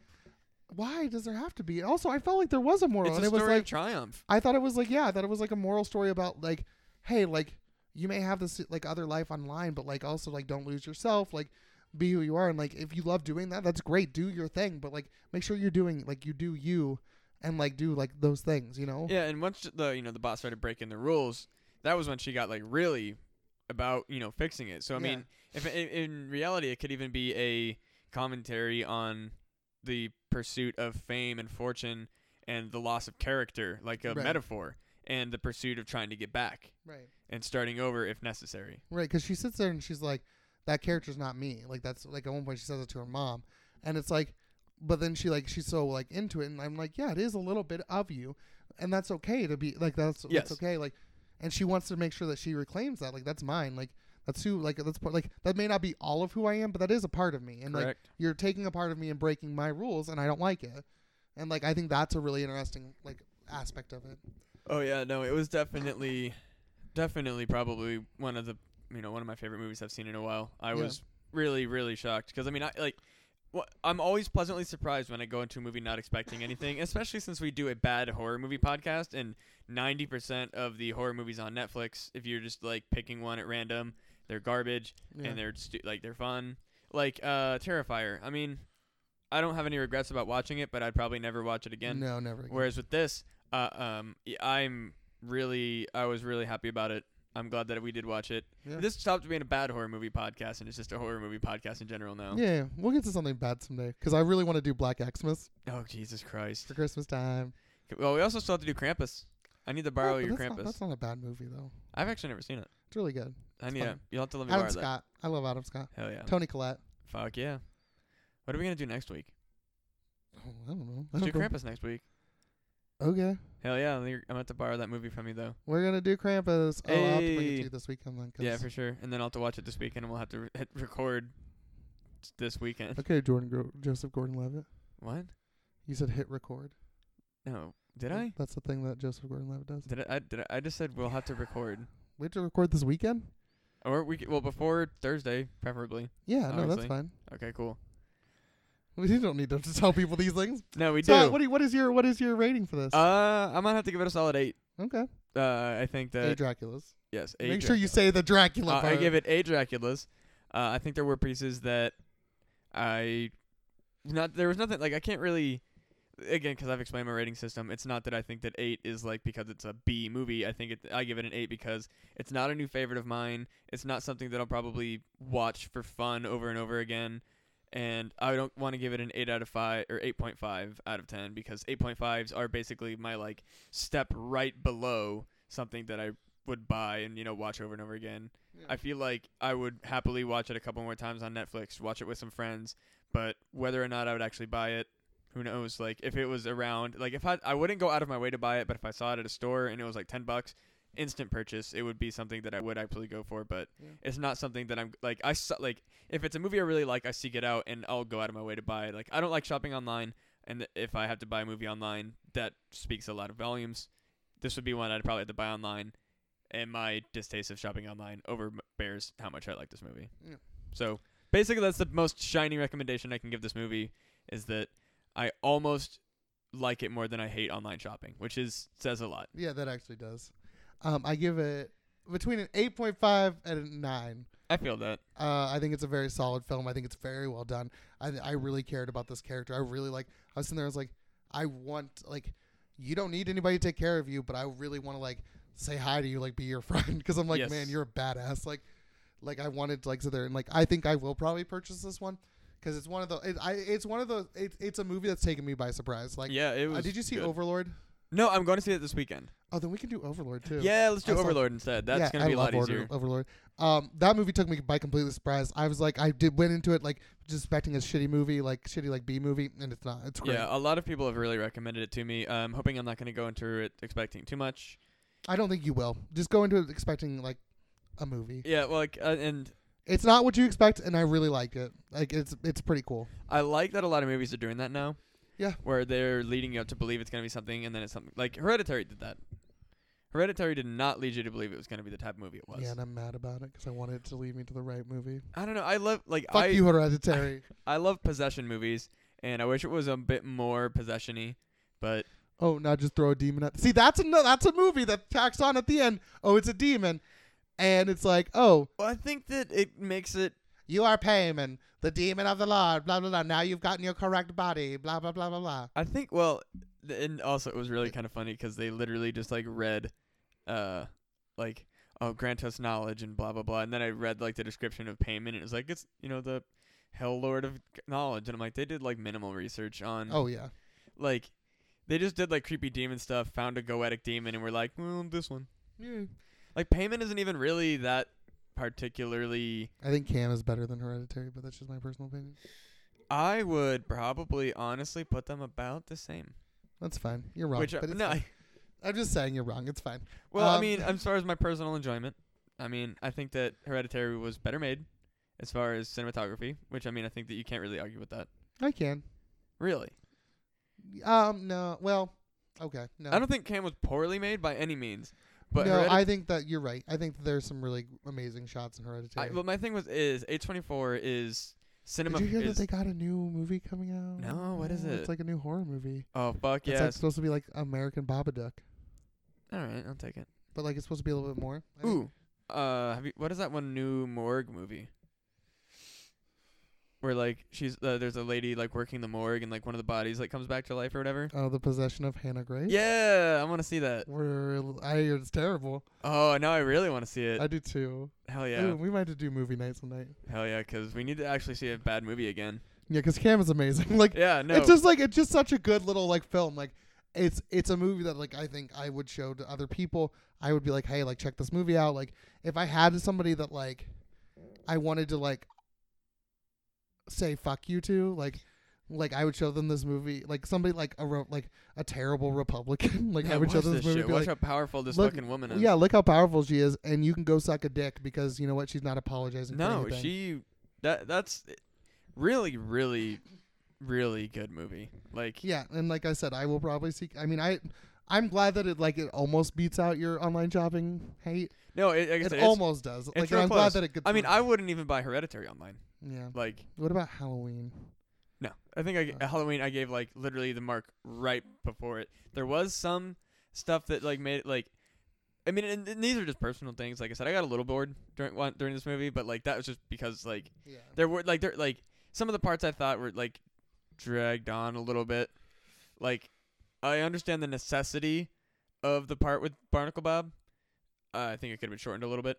[SPEAKER 1] why does there have to be? Also, I felt like there was a moral,
[SPEAKER 2] It's
[SPEAKER 1] and
[SPEAKER 2] a
[SPEAKER 1] it was
[SPEAKER 2] story
[SPEAKER 1] like
[SPEAKER 2] of triumph.
[SPEAKER 1] I thought it was like yeah, I thought it was like a moral story about like hey, like you may have this like other life online, but like also like don't lose yourself, like be who you are, and like if you love doing that, that's great, do your thing, but like make sure you're doing like you do you, and like do like those things, you know?
[SPEAKER 2] Yeah, and once the you know the boss started breaking the rules, that was when she got like really about you know fixing it. So I
[SPEAKER 1] Yeah.
[SPEAKER 2] mean, if i- in reality it could even be a commentary on the pursuit of fame and fortune and the loss of character, like a
[SPEAKER 1] Right.
[SPEAKER 2] metaphor, and the pursuit of trying to get back
[SPEAKER 1] Right,
[SPEAKER 2] and starting over if necessary.
[SPEAKER 1] right, because she sits there and she's like, that character's not me. Like that's like at one point she says it to her mom, and it's like, but then she like she's so like into it, and I'm like, yeah, it is a little bit of you, and that's okay to be like that's
[SPEAKER 2] Yes.
[SPEAKER 1] that's okay. Like, and she wants to make sure that she reclaims that. Like that's mine. Like that's who. Like that's part. Like that may not be all of who I am, but that is a part of me. And like
[SPEAKER 2] Correct.
[SPEAKER 1] you're taking a part of me and breaking my rules, and I don't like it. And like I think that's a really interesting like aspect of it.
[SPEAKER 2] oh yeah, no, it was definitely, definitely probably one of the you know one of my favorite movies I've seen in a while. I
[SPEAKER 1] Yeah.
[SPEAKER 2] was really really shocked because I mean I like. wha- I'm always pleasantly surprised when I go into a movie not expecting anything, especially since we do a bad horror movie podcast and 90% of the horror movies on Netflix, if you're just like picking one at random, they're garbage
[SPEAKER 1] Yeah.
[SPEAKER 2] and they're stu- like they're fun. Like uh Terrifier. I mean, I don't have any regrets about watching it, but I'd probably never watch it again.
[SPEAKER 1] no, never. Again.
[SPEAKER 2] Whereas with this, uh, um, y- I'm really, I was really happy about it. I'm glad that we did watch it.
[SPEAKER 1] Yeah.
[SPEAKER 2] This stopped being a bad horror movie podcast, and it's just a horror movie podcast in general now.
[SPEAKER 1] Yeah, yeah, we'll get to something bad someday because I really want to do Black Xmas
[SPEAKER 2] Oh Jesus Christ!
[SPEAKER 1] for Christmas time.
[SPEAKER 2] C- Well, we also still have to do Krampus. I need to borrow
[SPEAKER 1] Oh, but
[SPEAKER 2] your
[SPEAKER 1] that's
[SPEAKER 2] Krampus.
[SPEAKER 1] Not, that's not a bad movie though.
[SPEAKER 2] I've actually never seen it.
[SPEAKER 1] It's really good.
[SPEAKER 2] I
[SPEAKER 1] It's
[SPEAKER 2] need.
[SPEAKER 1] fun.
[SPEAKER 2] to- You'll have to let me
[SPEAKER 1] Adam
[SPEAKER 2] borrow
[SPEAKER 1] Scott. I love Adam Scott.
[SPEAKER 2] that. Hell yeah!
[SPEAKER 1] Tony Collette.
[SPEAKER 2] Fuck yeah! What are we gonna do next week?
[SPEAKER 1] Oh, I don't know. I
[SPEAKER 2] Let's do
[SPEAKER 1] don't
[SPEAKER 2] Krampus next week.
[SPEAKER 1] know. Okay,
[SPEAKER 2] Hell yeah! I'm gonna have to borrow that movie from you though.
[SPEAKER 1] we're gonna do Krampus. Oh, I'll have to bring it
[SPEAKER 2] Hey.
[SPEAKER 1] to you this weekend then. 'cause-
[SPEAKER 2] Yeah, for sure. And then I'll have to watch it this weekend, and we'll have to re- hit record s- this weekend.
[SPEAKER 1] okay, Jordan Gro- Joseph Gordon-Levitt.
[SPEAKER 2] What?
[SPEAKER 1] You said hit record.
[SPEAKER 2] No, did I?
[SPEAKER 1] That's the thing that Joseph Gordon-Levitt does.
[SPEAKER 2] Did I? I did I, I just said we'll have to record,
[SPEAKER 1] We have to record this weekend.
[SPEAKER 2] or we c- well before Thursday, preferably.
[SPEAKER 1] Yeah, no, that's
[SPEAKER 2] Obviously.
[SPEAKER 1] fine.
[SPEAKER 2] Okay, cool.
[SPEAKER 1] We don't need to tell people these things.
[SPEAKER 2] No, we
[SPEAKER 1] So,
[SPEAKER 2] do.
[SPEAKER 1] what, do you, what is your what is your rating for this?
[SPEAKER 2] uh, I'm gonna have to give it a solid eight.
[SPEAKER 1] okay,
[SPEAKER 2] Uh, I think that
[SPEAKER 1] a Dracula's.
[SPEAKER 2] yes, eight.
[SPEAKER 1] Make sure you say the Dracula
[SPEAKER 2] Uh,
[SPEAKER 1] part.
[SPEAKER 2] I give it eight Draculas. Uh, I think there were pieces that I not there was nothing like I can't really again because I've explained my rating system. It's not that I think that eight is like because it's a B movie. I think it I give it an eight because it's not a new favorite of mine. It's not something that I'll probably watch for fun over and over again. And I don't want to give it an eight out of five or eight point five out of ten because eight point fives are basically my like step right below something that I would buy and you know watch over and over again.
[SPEAKER 1] Yeah.
[SPEAKER 2] I feel like I would happily watch it a couple more times on Netflix, watch it with some friends, but whether or not I would actually buy it, who knows? Like if it was around, like if I I wouldn't go out of my way to buy it, but if I saw it at a store and it was like 10 bucks, instant purchase, it would be something that I would actually go for, but
[SPEAKER 1] Yeah.
[SPEAKER 2] it's not something that I'm like I su- like if it's a movie I really like, I seek it out and I'll go out of my way to buy it. Like I don't like shopping online and th- if I have to buy a movie online, that speaks a lot of volumes. This would be one I'd probably have to buy online and my distaste of shopping online overbears how much I like this movie.
[SPEAKER 1] Yeah.
[SPEAKER 2] So basically, that's the most shiny recommendation I can give this movie is that I almost like it more than I hate online shopping, which is says a lot.
[SPEAKER 1] Yeah, that actually does. Um, I give it between an 8.5 and a 9.
[SPEAKER 2] I feel that.
[SPEAKER 1] Uh, I think it's a very solid film. I think it's very well done. I, I really cared about this character. I really like. I was sitting there. I was like, I want like, you don't need anybody to take care of you, but I really want to like say hi to you, like be your friend, because I'm like,
[SPEAKER 2] Yes.
[SPEAKER 1] man, you're a badass. Like, like I wanted to like sit there and like I think I will probably purchase this one because it's one of the it, I it's one of the it, it's a movie that's taken me by surprise. Like,
[SPEAKER 2] yeah, it
[SPEAKER 1] uh,
[SPEAKER 2] was.
[SPEAKER 1] did you see
[SPEAKER 2] good.
[SPEAKER 1] Overlord?
[SPEAKER 2] No, I'm going to see it this weekend.
[SPEAKER 1] Oh, then we can do Overlord too.
[SPEAKER 2] Yeah, let's do
[SPEAKER 1] I saw-
[SPEAKER 2] Overlord instead. That's
[SPEAKER 1] Yeah,
[SPEAKER 2] gonna
[SPEAKER 1] I
[SPEAKER 2] be a lot
[SPEAKER 1] love
[SPEAKER 2] easier.
[SPEAKER 1] Order- Overlord. Um, that movie took me by completely surprise. I was like, I did went into it like just expecting a shitty movie, like shitty like B movie, and it's not. It's great.
[SPEAKER 2] Yeah, a lot of people have really recommended it to me. I'm hoping I'm not going to go into it expecting too much.
[SPEAKER 1] I don't think you will. Just go into it expecting like a movie.
[SPEAKER 2] Yeah, well, like, uh, and
[SPEAKER 1] It's not what you expect, and I really liked it. Like it's it's pretty cool.
[SPEAKER 2] I like that a lot of movies are doing that now.
[SPEAKER 1] Yeah.
[SPEAKER 2] Where they're leading you up to believe it's going to be something and then it's something. Like Hereditary did that. Hereditary did not lead you to believe it was going to be the type of movie it was.
[SPEAKER 1] Yeah, and I'm mad about it because I wanted it to lead me to the right movie.
[SPEAKER 2] I don't know. I love like
[SPEAKER 1] Fuck
[SPEAKER 2] I
[SPEAKER 1] you, Hereditary.
[SPEAKER 2] I love possession movies, and I wish it was a bit more possession-y, but
[SPEAKER 1] oh, now just throw a demon at. See, that's a that's a movie that tacks on at the end. Oh, it's a demon, and it's like, oh,
[SPEAKER 2] well, I think that it makes it
[SPEAKER 1] you are Payman, the demon of the Lord. Blah blah blah. Now you've gotten your correct body. Blah blah blah blah blah.
[SPEAKER 2] I think well, th- and also it was really kind of funny because they literally just like read, uh, like oh grant us knowledge and blah blah blah, and then I read like the description of payment and it was like it's you know the hell lord of knowledge, and I'm like they did like minimal research on
[SPEAKER 1] Oh yeah.
[SPEAKER 2] like they just did like creepy demon stuff, found a goetic demon, and we're like well this one
[SPEAKER 1] yeah.
[SPEAKER 2] like payment isn't even really that particularly.
[SPEAKER 1] I think Cam is better than Hereditary, but that's just my personal opinion.
[SPEAKER 2] I would probably honestly put them about the same.
[SPEAKER 1] That's fine. You're wrong.
[SPEAKER 2] Which I,
[SPEAKER 1] but it's
[SPEAKER 2] no,
[SPEAKER 1] fine.
[SPEAKER 2] I-
[SPEAKER 1] I'm just saying you're wrong. It's fine.
[SPEAKER 2] Well, I
[SPEAKER 1] Um,
[SPEAKER 2] mean, as far as my personal enjoyment, I mean, I think that Hereditary was better made as far as cinematography, which I mean, I think that you can't really argue with that.
[SPEAKER 1] I can.
[SPEAKER 2] Really.
[SPEAKER 1] Um, no. Well, okay. No.
[SPEAKER 2] I don't think Cam was poorly made by any means. But
[SPEAKER 1] no,
[SPEAKER 2] Heredit-
[SPEAKER 1] I think that you're right. I think that there's some really amazing shots in
[SPEAKER 2] I,
[SPEAKER 1] Hereditary.
[SPEAKER 2] well, my thing was is A24 is cinema
[SPEAKER 1] Did you hear
[SPEAKER 2] is
[SPEAKER 1] that they got a new movie coming out?
[SPEAKER 2] No, what is
[SPEAKER 1] Yeah,
[SPEAKER 2] it?
[SPEAKER 1] It's like a new horror movie.
[SPEAKER 2] Oh fuck
[SPEAKER 1] It's like
[SPEAKER 2] yes.
[SPEAKER 1] supposed to be like American Babadook,
[SPEAKER 2] All right, I'll take it.
[SPEAKER 1] but like it's supposed to be a little bit more. I think-
[SPEAKER 2] Ooh. Uh have you what is that one new morgue movie? Where like she's uh, there's a lady like working the morgue and like one of the bodies like comes back to life or whatever.
[SPEAKER 1] Oh, the possession of Hannah Grace.
[SPEAKER 2] Yeah, I want to see that.
[SPEAKER 1] We're, I hear it's terrible.
[SPEAKER 2] Oh, now I really want to see it.
[SPEAKER 1] I do too.
[SPEAKER 2] hell yeah,
[SPEAKER 1] Ooh, we might have to do movie night someday.
[SPEAKER 2] hell yeah, 'cause we need to actually see a bad movie again.
[SPEAKER 1] Yeah, 'cause Cam is amazing. like
[SPEAKER 2] Yeah, no,
[SPEAKER 1] It's just like it's just such a good little like film. Like it's it's a movie that like I think I would show to other people. I would be like, hey, like check this movie out. Like if I had somebody that like I wanted to like say fuck you to, like like I would show them this movie. Like somebody like a ro- like a terrible Republican. like
[SPEAKER 2] yeah,
[SPEAKER 1] I would show
[SPEAKER 2] watch
[SPEAKER 1] them
[SPEAKER 2] this
[SPEAKER 1] this movie.
[SPEAKER 2] shit.
[SPEAKER 1] and be
[SPEAKER 2] Watch
[SPEAKER 1] like,
[SPEAKER 2] how powerful this
[SPEAKER 1] look-
[SPEAKER 2] fucking woman is.
[SPEAKER 1] yeah, look how powerful she is, and you can go suck a dick because you know what? She's not apologizing. for
[SPEAKER 2] no,
[SPEAKER 1] anything.
[SPEAKER 2] she that that's really, really, really good movie. Like,
[SPEAKER 1] Yeah, and like I said, I will probably see. I mean, I, I'm glad that it like it almost beats out your online shopping hate.
[SPEAKER 2] no, it, like I
[SPEAKER 1] It
[SPEAKER 2] said, it's-
[SPEAKER 1] almost does.
[SPEAKER 2] it's
[SPEAKER 1] Like,
[SPEAKER 2] real
[SPEAKER 1] I'm
[SPEAKER 2] close.
[SPEAKER 1] glad that it gets.
[SPEAKER 2] I mean,
[SPEAKER 1] through.
[SPEAKER 2] I wouldn't even buy Hereditary online.
[SPEAKER 1] yeah.
[SPEAKER 2] Like,
[SPEAKER 1] What about Halloween?
[SPEAKER 2] no, I think I g
[SPEAKER 1] Uh.
[SPEAKER 2] Halloween I gave like literally the mark right before it. There was some stuff that like made it like. I mean, and, and these are just personal things. Like I said, I got a little bored during one- during this movie, but like that was just because like
[SPEAKER 1] Yeah.
[SPEAKER 2] there were like there like some of the parts I thought were like dragged on a little bit. Like I understand the necessity of the part with Barnacle Bob. Uh, I think it could have been shortened a little bit,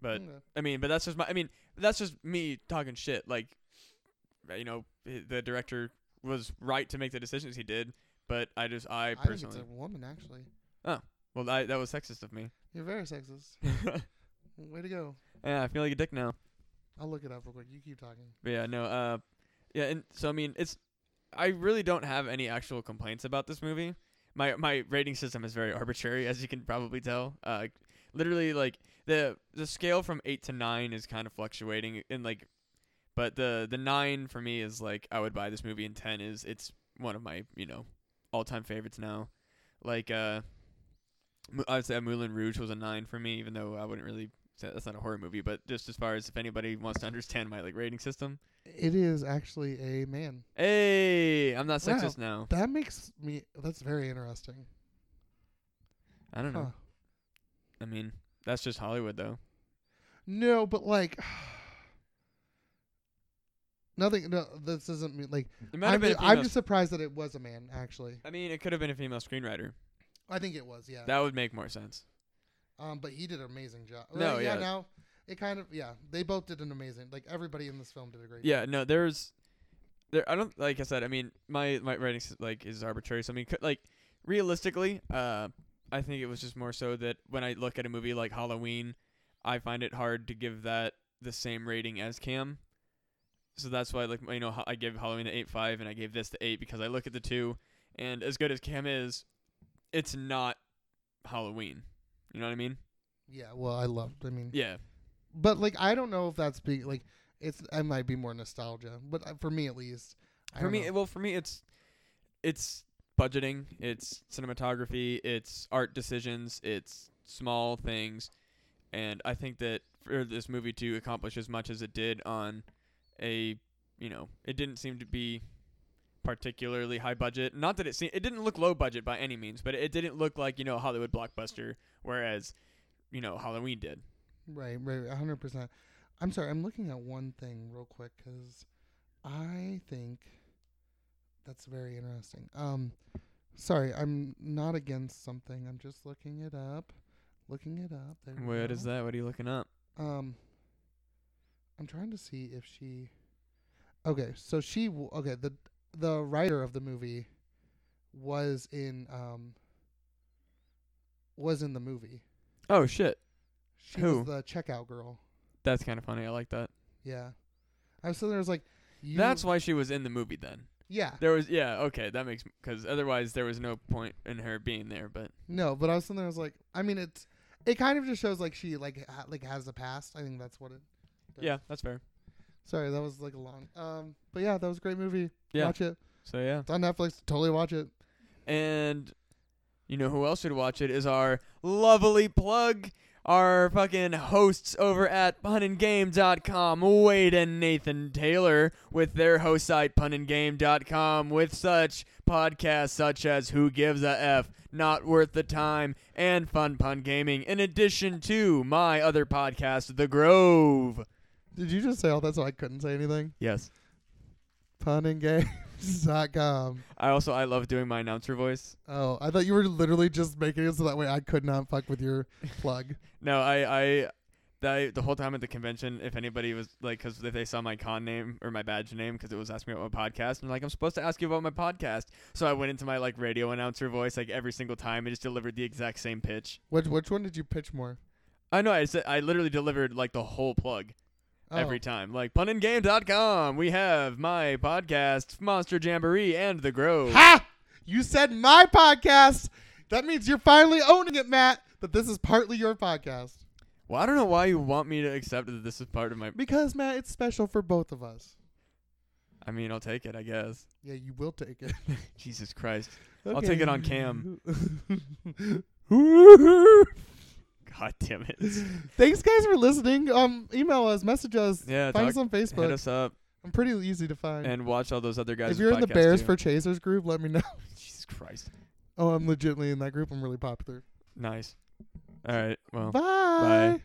[SPEAKER 1] Hmm.
[SPEAKER 2] but
[SPEAKER 1] uh,
[SPEAKER 2] I mean, but that's just my. I mean, that's just me talking shit. Like, eh, you know, i- the director was right to make the decisions he did, but I just I
[SPEAKER 1] I think it's
[SPEAKER 2] personally
[SPEAKER 1] a woman. Actually,
[SPEAKER 2] well I, that was sexist of me.
[SPEAKER 1] you're very sexist.
[SPEAKER 2] yeah,
[SPEAKER 1] Way to go.
[SPEAKER 2] I feel like a dick now.
[SPEAKER 1] I'll look it up real quick. You keep talking.
[SPEAKER 2] But yeah, no, uh, yeah, and so I mean, it's I really don't have any actual complaints about this movie. My my rating system is very arbitrary, as you can probably tell. Uh, literally, like the the scale from eight to nine is kind of fluctuating, and like, but the the nine for me is like I would buy this movie, and ten is it's one of my you know all time favorites now. Like, uh, Mo- I'd say Moulin Rouge was a nine for me, even though I wouldn't really. say That's not a horror movie, but just as far as if anybody wants to understand my like rating system,
[SPEAKER 1] It is actually a man.
[SPEAKER 2] Hey, I'm not
[SPEAKER 1] Wow.
[SPEAKER 2] sexist now.
[SPEAKER 1] That makes me. That's very interesting.
[SPEAKER 2] I don't know.
[SPEAKER 1] Huh.
[SPEAKER 2] I mean, that's just Hollywood, though.
[SPEAKER 1] No, but like. Nothing. No, this doesn't mean like.
[SPEAKER 2] It might
[SPEAKER 1] I'm,
[SPEAKER 2] have been.
[SPEAKER 1] ju-
[SPEAKER 2] a
[SPEAKER 1] I'm
[SPEAKER 2] female-
[SPEAKER 1] just surprised that it was a man. Actually,
[SPEAKER 2] I mean, it could have been a female screenwriter.
[SPEAKER 1] I think it was. Yeah.
[SPEAKER 2] That would make more sense.
[SPEAKER 1] Um, but he did an amazing job.
[SPEAKER 2] No,
[SPEAKER 1] Well, yeah.
[SPEAKER 2] yeah.
[SPEAKER 1] Now it kind of yeah. They both did an amazing. Like everybody in this film did a great.
[SPEAKER 2] Yeah. No, there's. There, I don't like I said. I mean, my my writing s- like is arbitrary. So I mean, could, like realistically, uh, I think it was just more so that when I look at a movie like Halloween, I find it hard to give that the same rating as Cam. So that's why, like, you know, ho- I give Halloween the eight five, and I gave this the eight because I look at the two, and as good as Cam is, it's not Halloween. You know what I mean?
[SPEAKER 1] Yeah. Well, I loved. I mean,
[SPEAKER 2] Yeah.
[SPEAKER 1] but like I don't know if that's be like it's. It might be more nostalgia, but uh, for me at least. I
[SPEAKER 2] For
[SPEAKER 1] don't
[SPEAKER 2] me,
[SPEAKER 1] know.
[SPEAKER 2] well, for me, it's it's budgeting, it's cinematography, it's art decisions, it's small things, and I think that for this movie to accomplish as much as it did on a, you know, it didn't seem to be particularly high budget. Not that it seemed, it didn't look low budget by any means, but it didn't look like you know a Hollywood blockbuster, whereas, you know, Halloween did.
[SPEAKER 1] Right, right, right, 100%. I'm sorry, I'm looking at one thing real quick because I think that's very interesting. Um, sorry, I'm not against something. I'm just looking it up. Looking it up. There we
[SPEAKER 2] What
[SPEAKER 1] go.
[SPEAKER 2] is that? What are you looking up?
[SPEAKER 1] Um, I'm trying to see if she. Okay, so she. W- okay, the the writer of the movie was in um. Was in the movie.
[SPEAKER 2] Oh shit,
[SPEAKER 1] She
[SPEAKER 2] Who?
[SPEAKER 1] was the checkout girl.
[SPEAKER 2] that's kind of funny. I like that.
[SPEAKER 1] Yeah, I was sitting there. I was like, you,
[SPEAKER 2] That's why she was in the movie then.
[SPEAKER 1] yeah.
[SPEAKER 2] There was yeah okay that makes because otherwise there was no point in her being there. But
[SPEAKER 1] No, but I was sitting there. I was like, I mean, it's it kind of just shows like she like ha- like has a past. I think that's what it. does.
[SPEAKER 2] yeah, that's fair.
[SPEAKER 1] Sorry, that was like a long. Um, but yeah, that was a great movie.
[SPEAKER 2] Yeah.
[SPEAKER 1] Watch it.
[SPEAKER 2] So yeah,
[SPEAKER 1] It's on Netflix. Totally watch it.
[SPEAKER 2] and you know who else should watch it is our lovely plug, our fucking hosts over at punandgame.com, Wade and Nathan Taylor, with their host site punandgame.com, with such podcasts such as Who Gives a F, Not Worth the Time, and Fun Pun Gaming, in addition to my other podcast, The Grove.
[SPEAKER 1] Did you just say all that so I couldn't say anything?
[SPEAKER 2] Yes.
[SPEAKER 1] Punandgames.com.
[SPEAKER 2] I also I love doing my announcer voice.
[SPEAKER 1] Oh, I thought you were literally just making it so that way I could not fuck with your plug.
[SPEAKER 2] No, I I the, the whole time at the convention, if anybody was like, because if they saw my con name or my badge name, because it was asking me about my podcast, I'm like, I'm supposed to ask you about my podcast. So I went into my like radio announcer voice like every single time and just delivered the exact same pitch.
[SPEAKER 1] Which which one did you pitch more?
[SPEAKER 2] I know I said I literally delivered like the whole plug
[SPEAKER 1] Oh,
[SPEAKER 2] every time. Like punandgame.com, we have my podcast, Monster Jamboree, and The Grove.
[SPEAKER 1] ha! You said my podcast. That means you're finally owning it, Matt. That this is partly your podcast.
[SPEAKER 2] Well, I don't know why you want me to accept that this is part of my.
[SPEAKER 1] Because Matt, it's special for both of us.
[SPEAKER 2] I mean, I'll take it, I guess.
[SPEAKER 1] Yeah, you will take it.
[SPEAKER 2] Jesus Christ. I'll take it on cam. God damn it.
[SPEAKER 1] Thanks, guys, for listening. Um, email us, message us,
[SPEAKER 2] Yeah,
[SPEAKER 1] find
[SPEAKER 2] talk-
[SPEAKER 1] us on
[SPEAKER 2] Hit
[SPEAKER 1] Facebook.
[SPEAKER 2] us up
[SPEAKER 1] I'm pretty easy to find.
[SPEAKER 2] and watch all those other guys.
[SPEAKER 1] if you're in the Bears for Chasers group, let me know.
[SPEAKER 2] Jesus Christ,
[SPEAKER 1] Oh, I'm legitimately in that group. I'm really popular.
[SPEAKER 2] Oh, nice. All right, well.
[SPEAKER 1] Bye.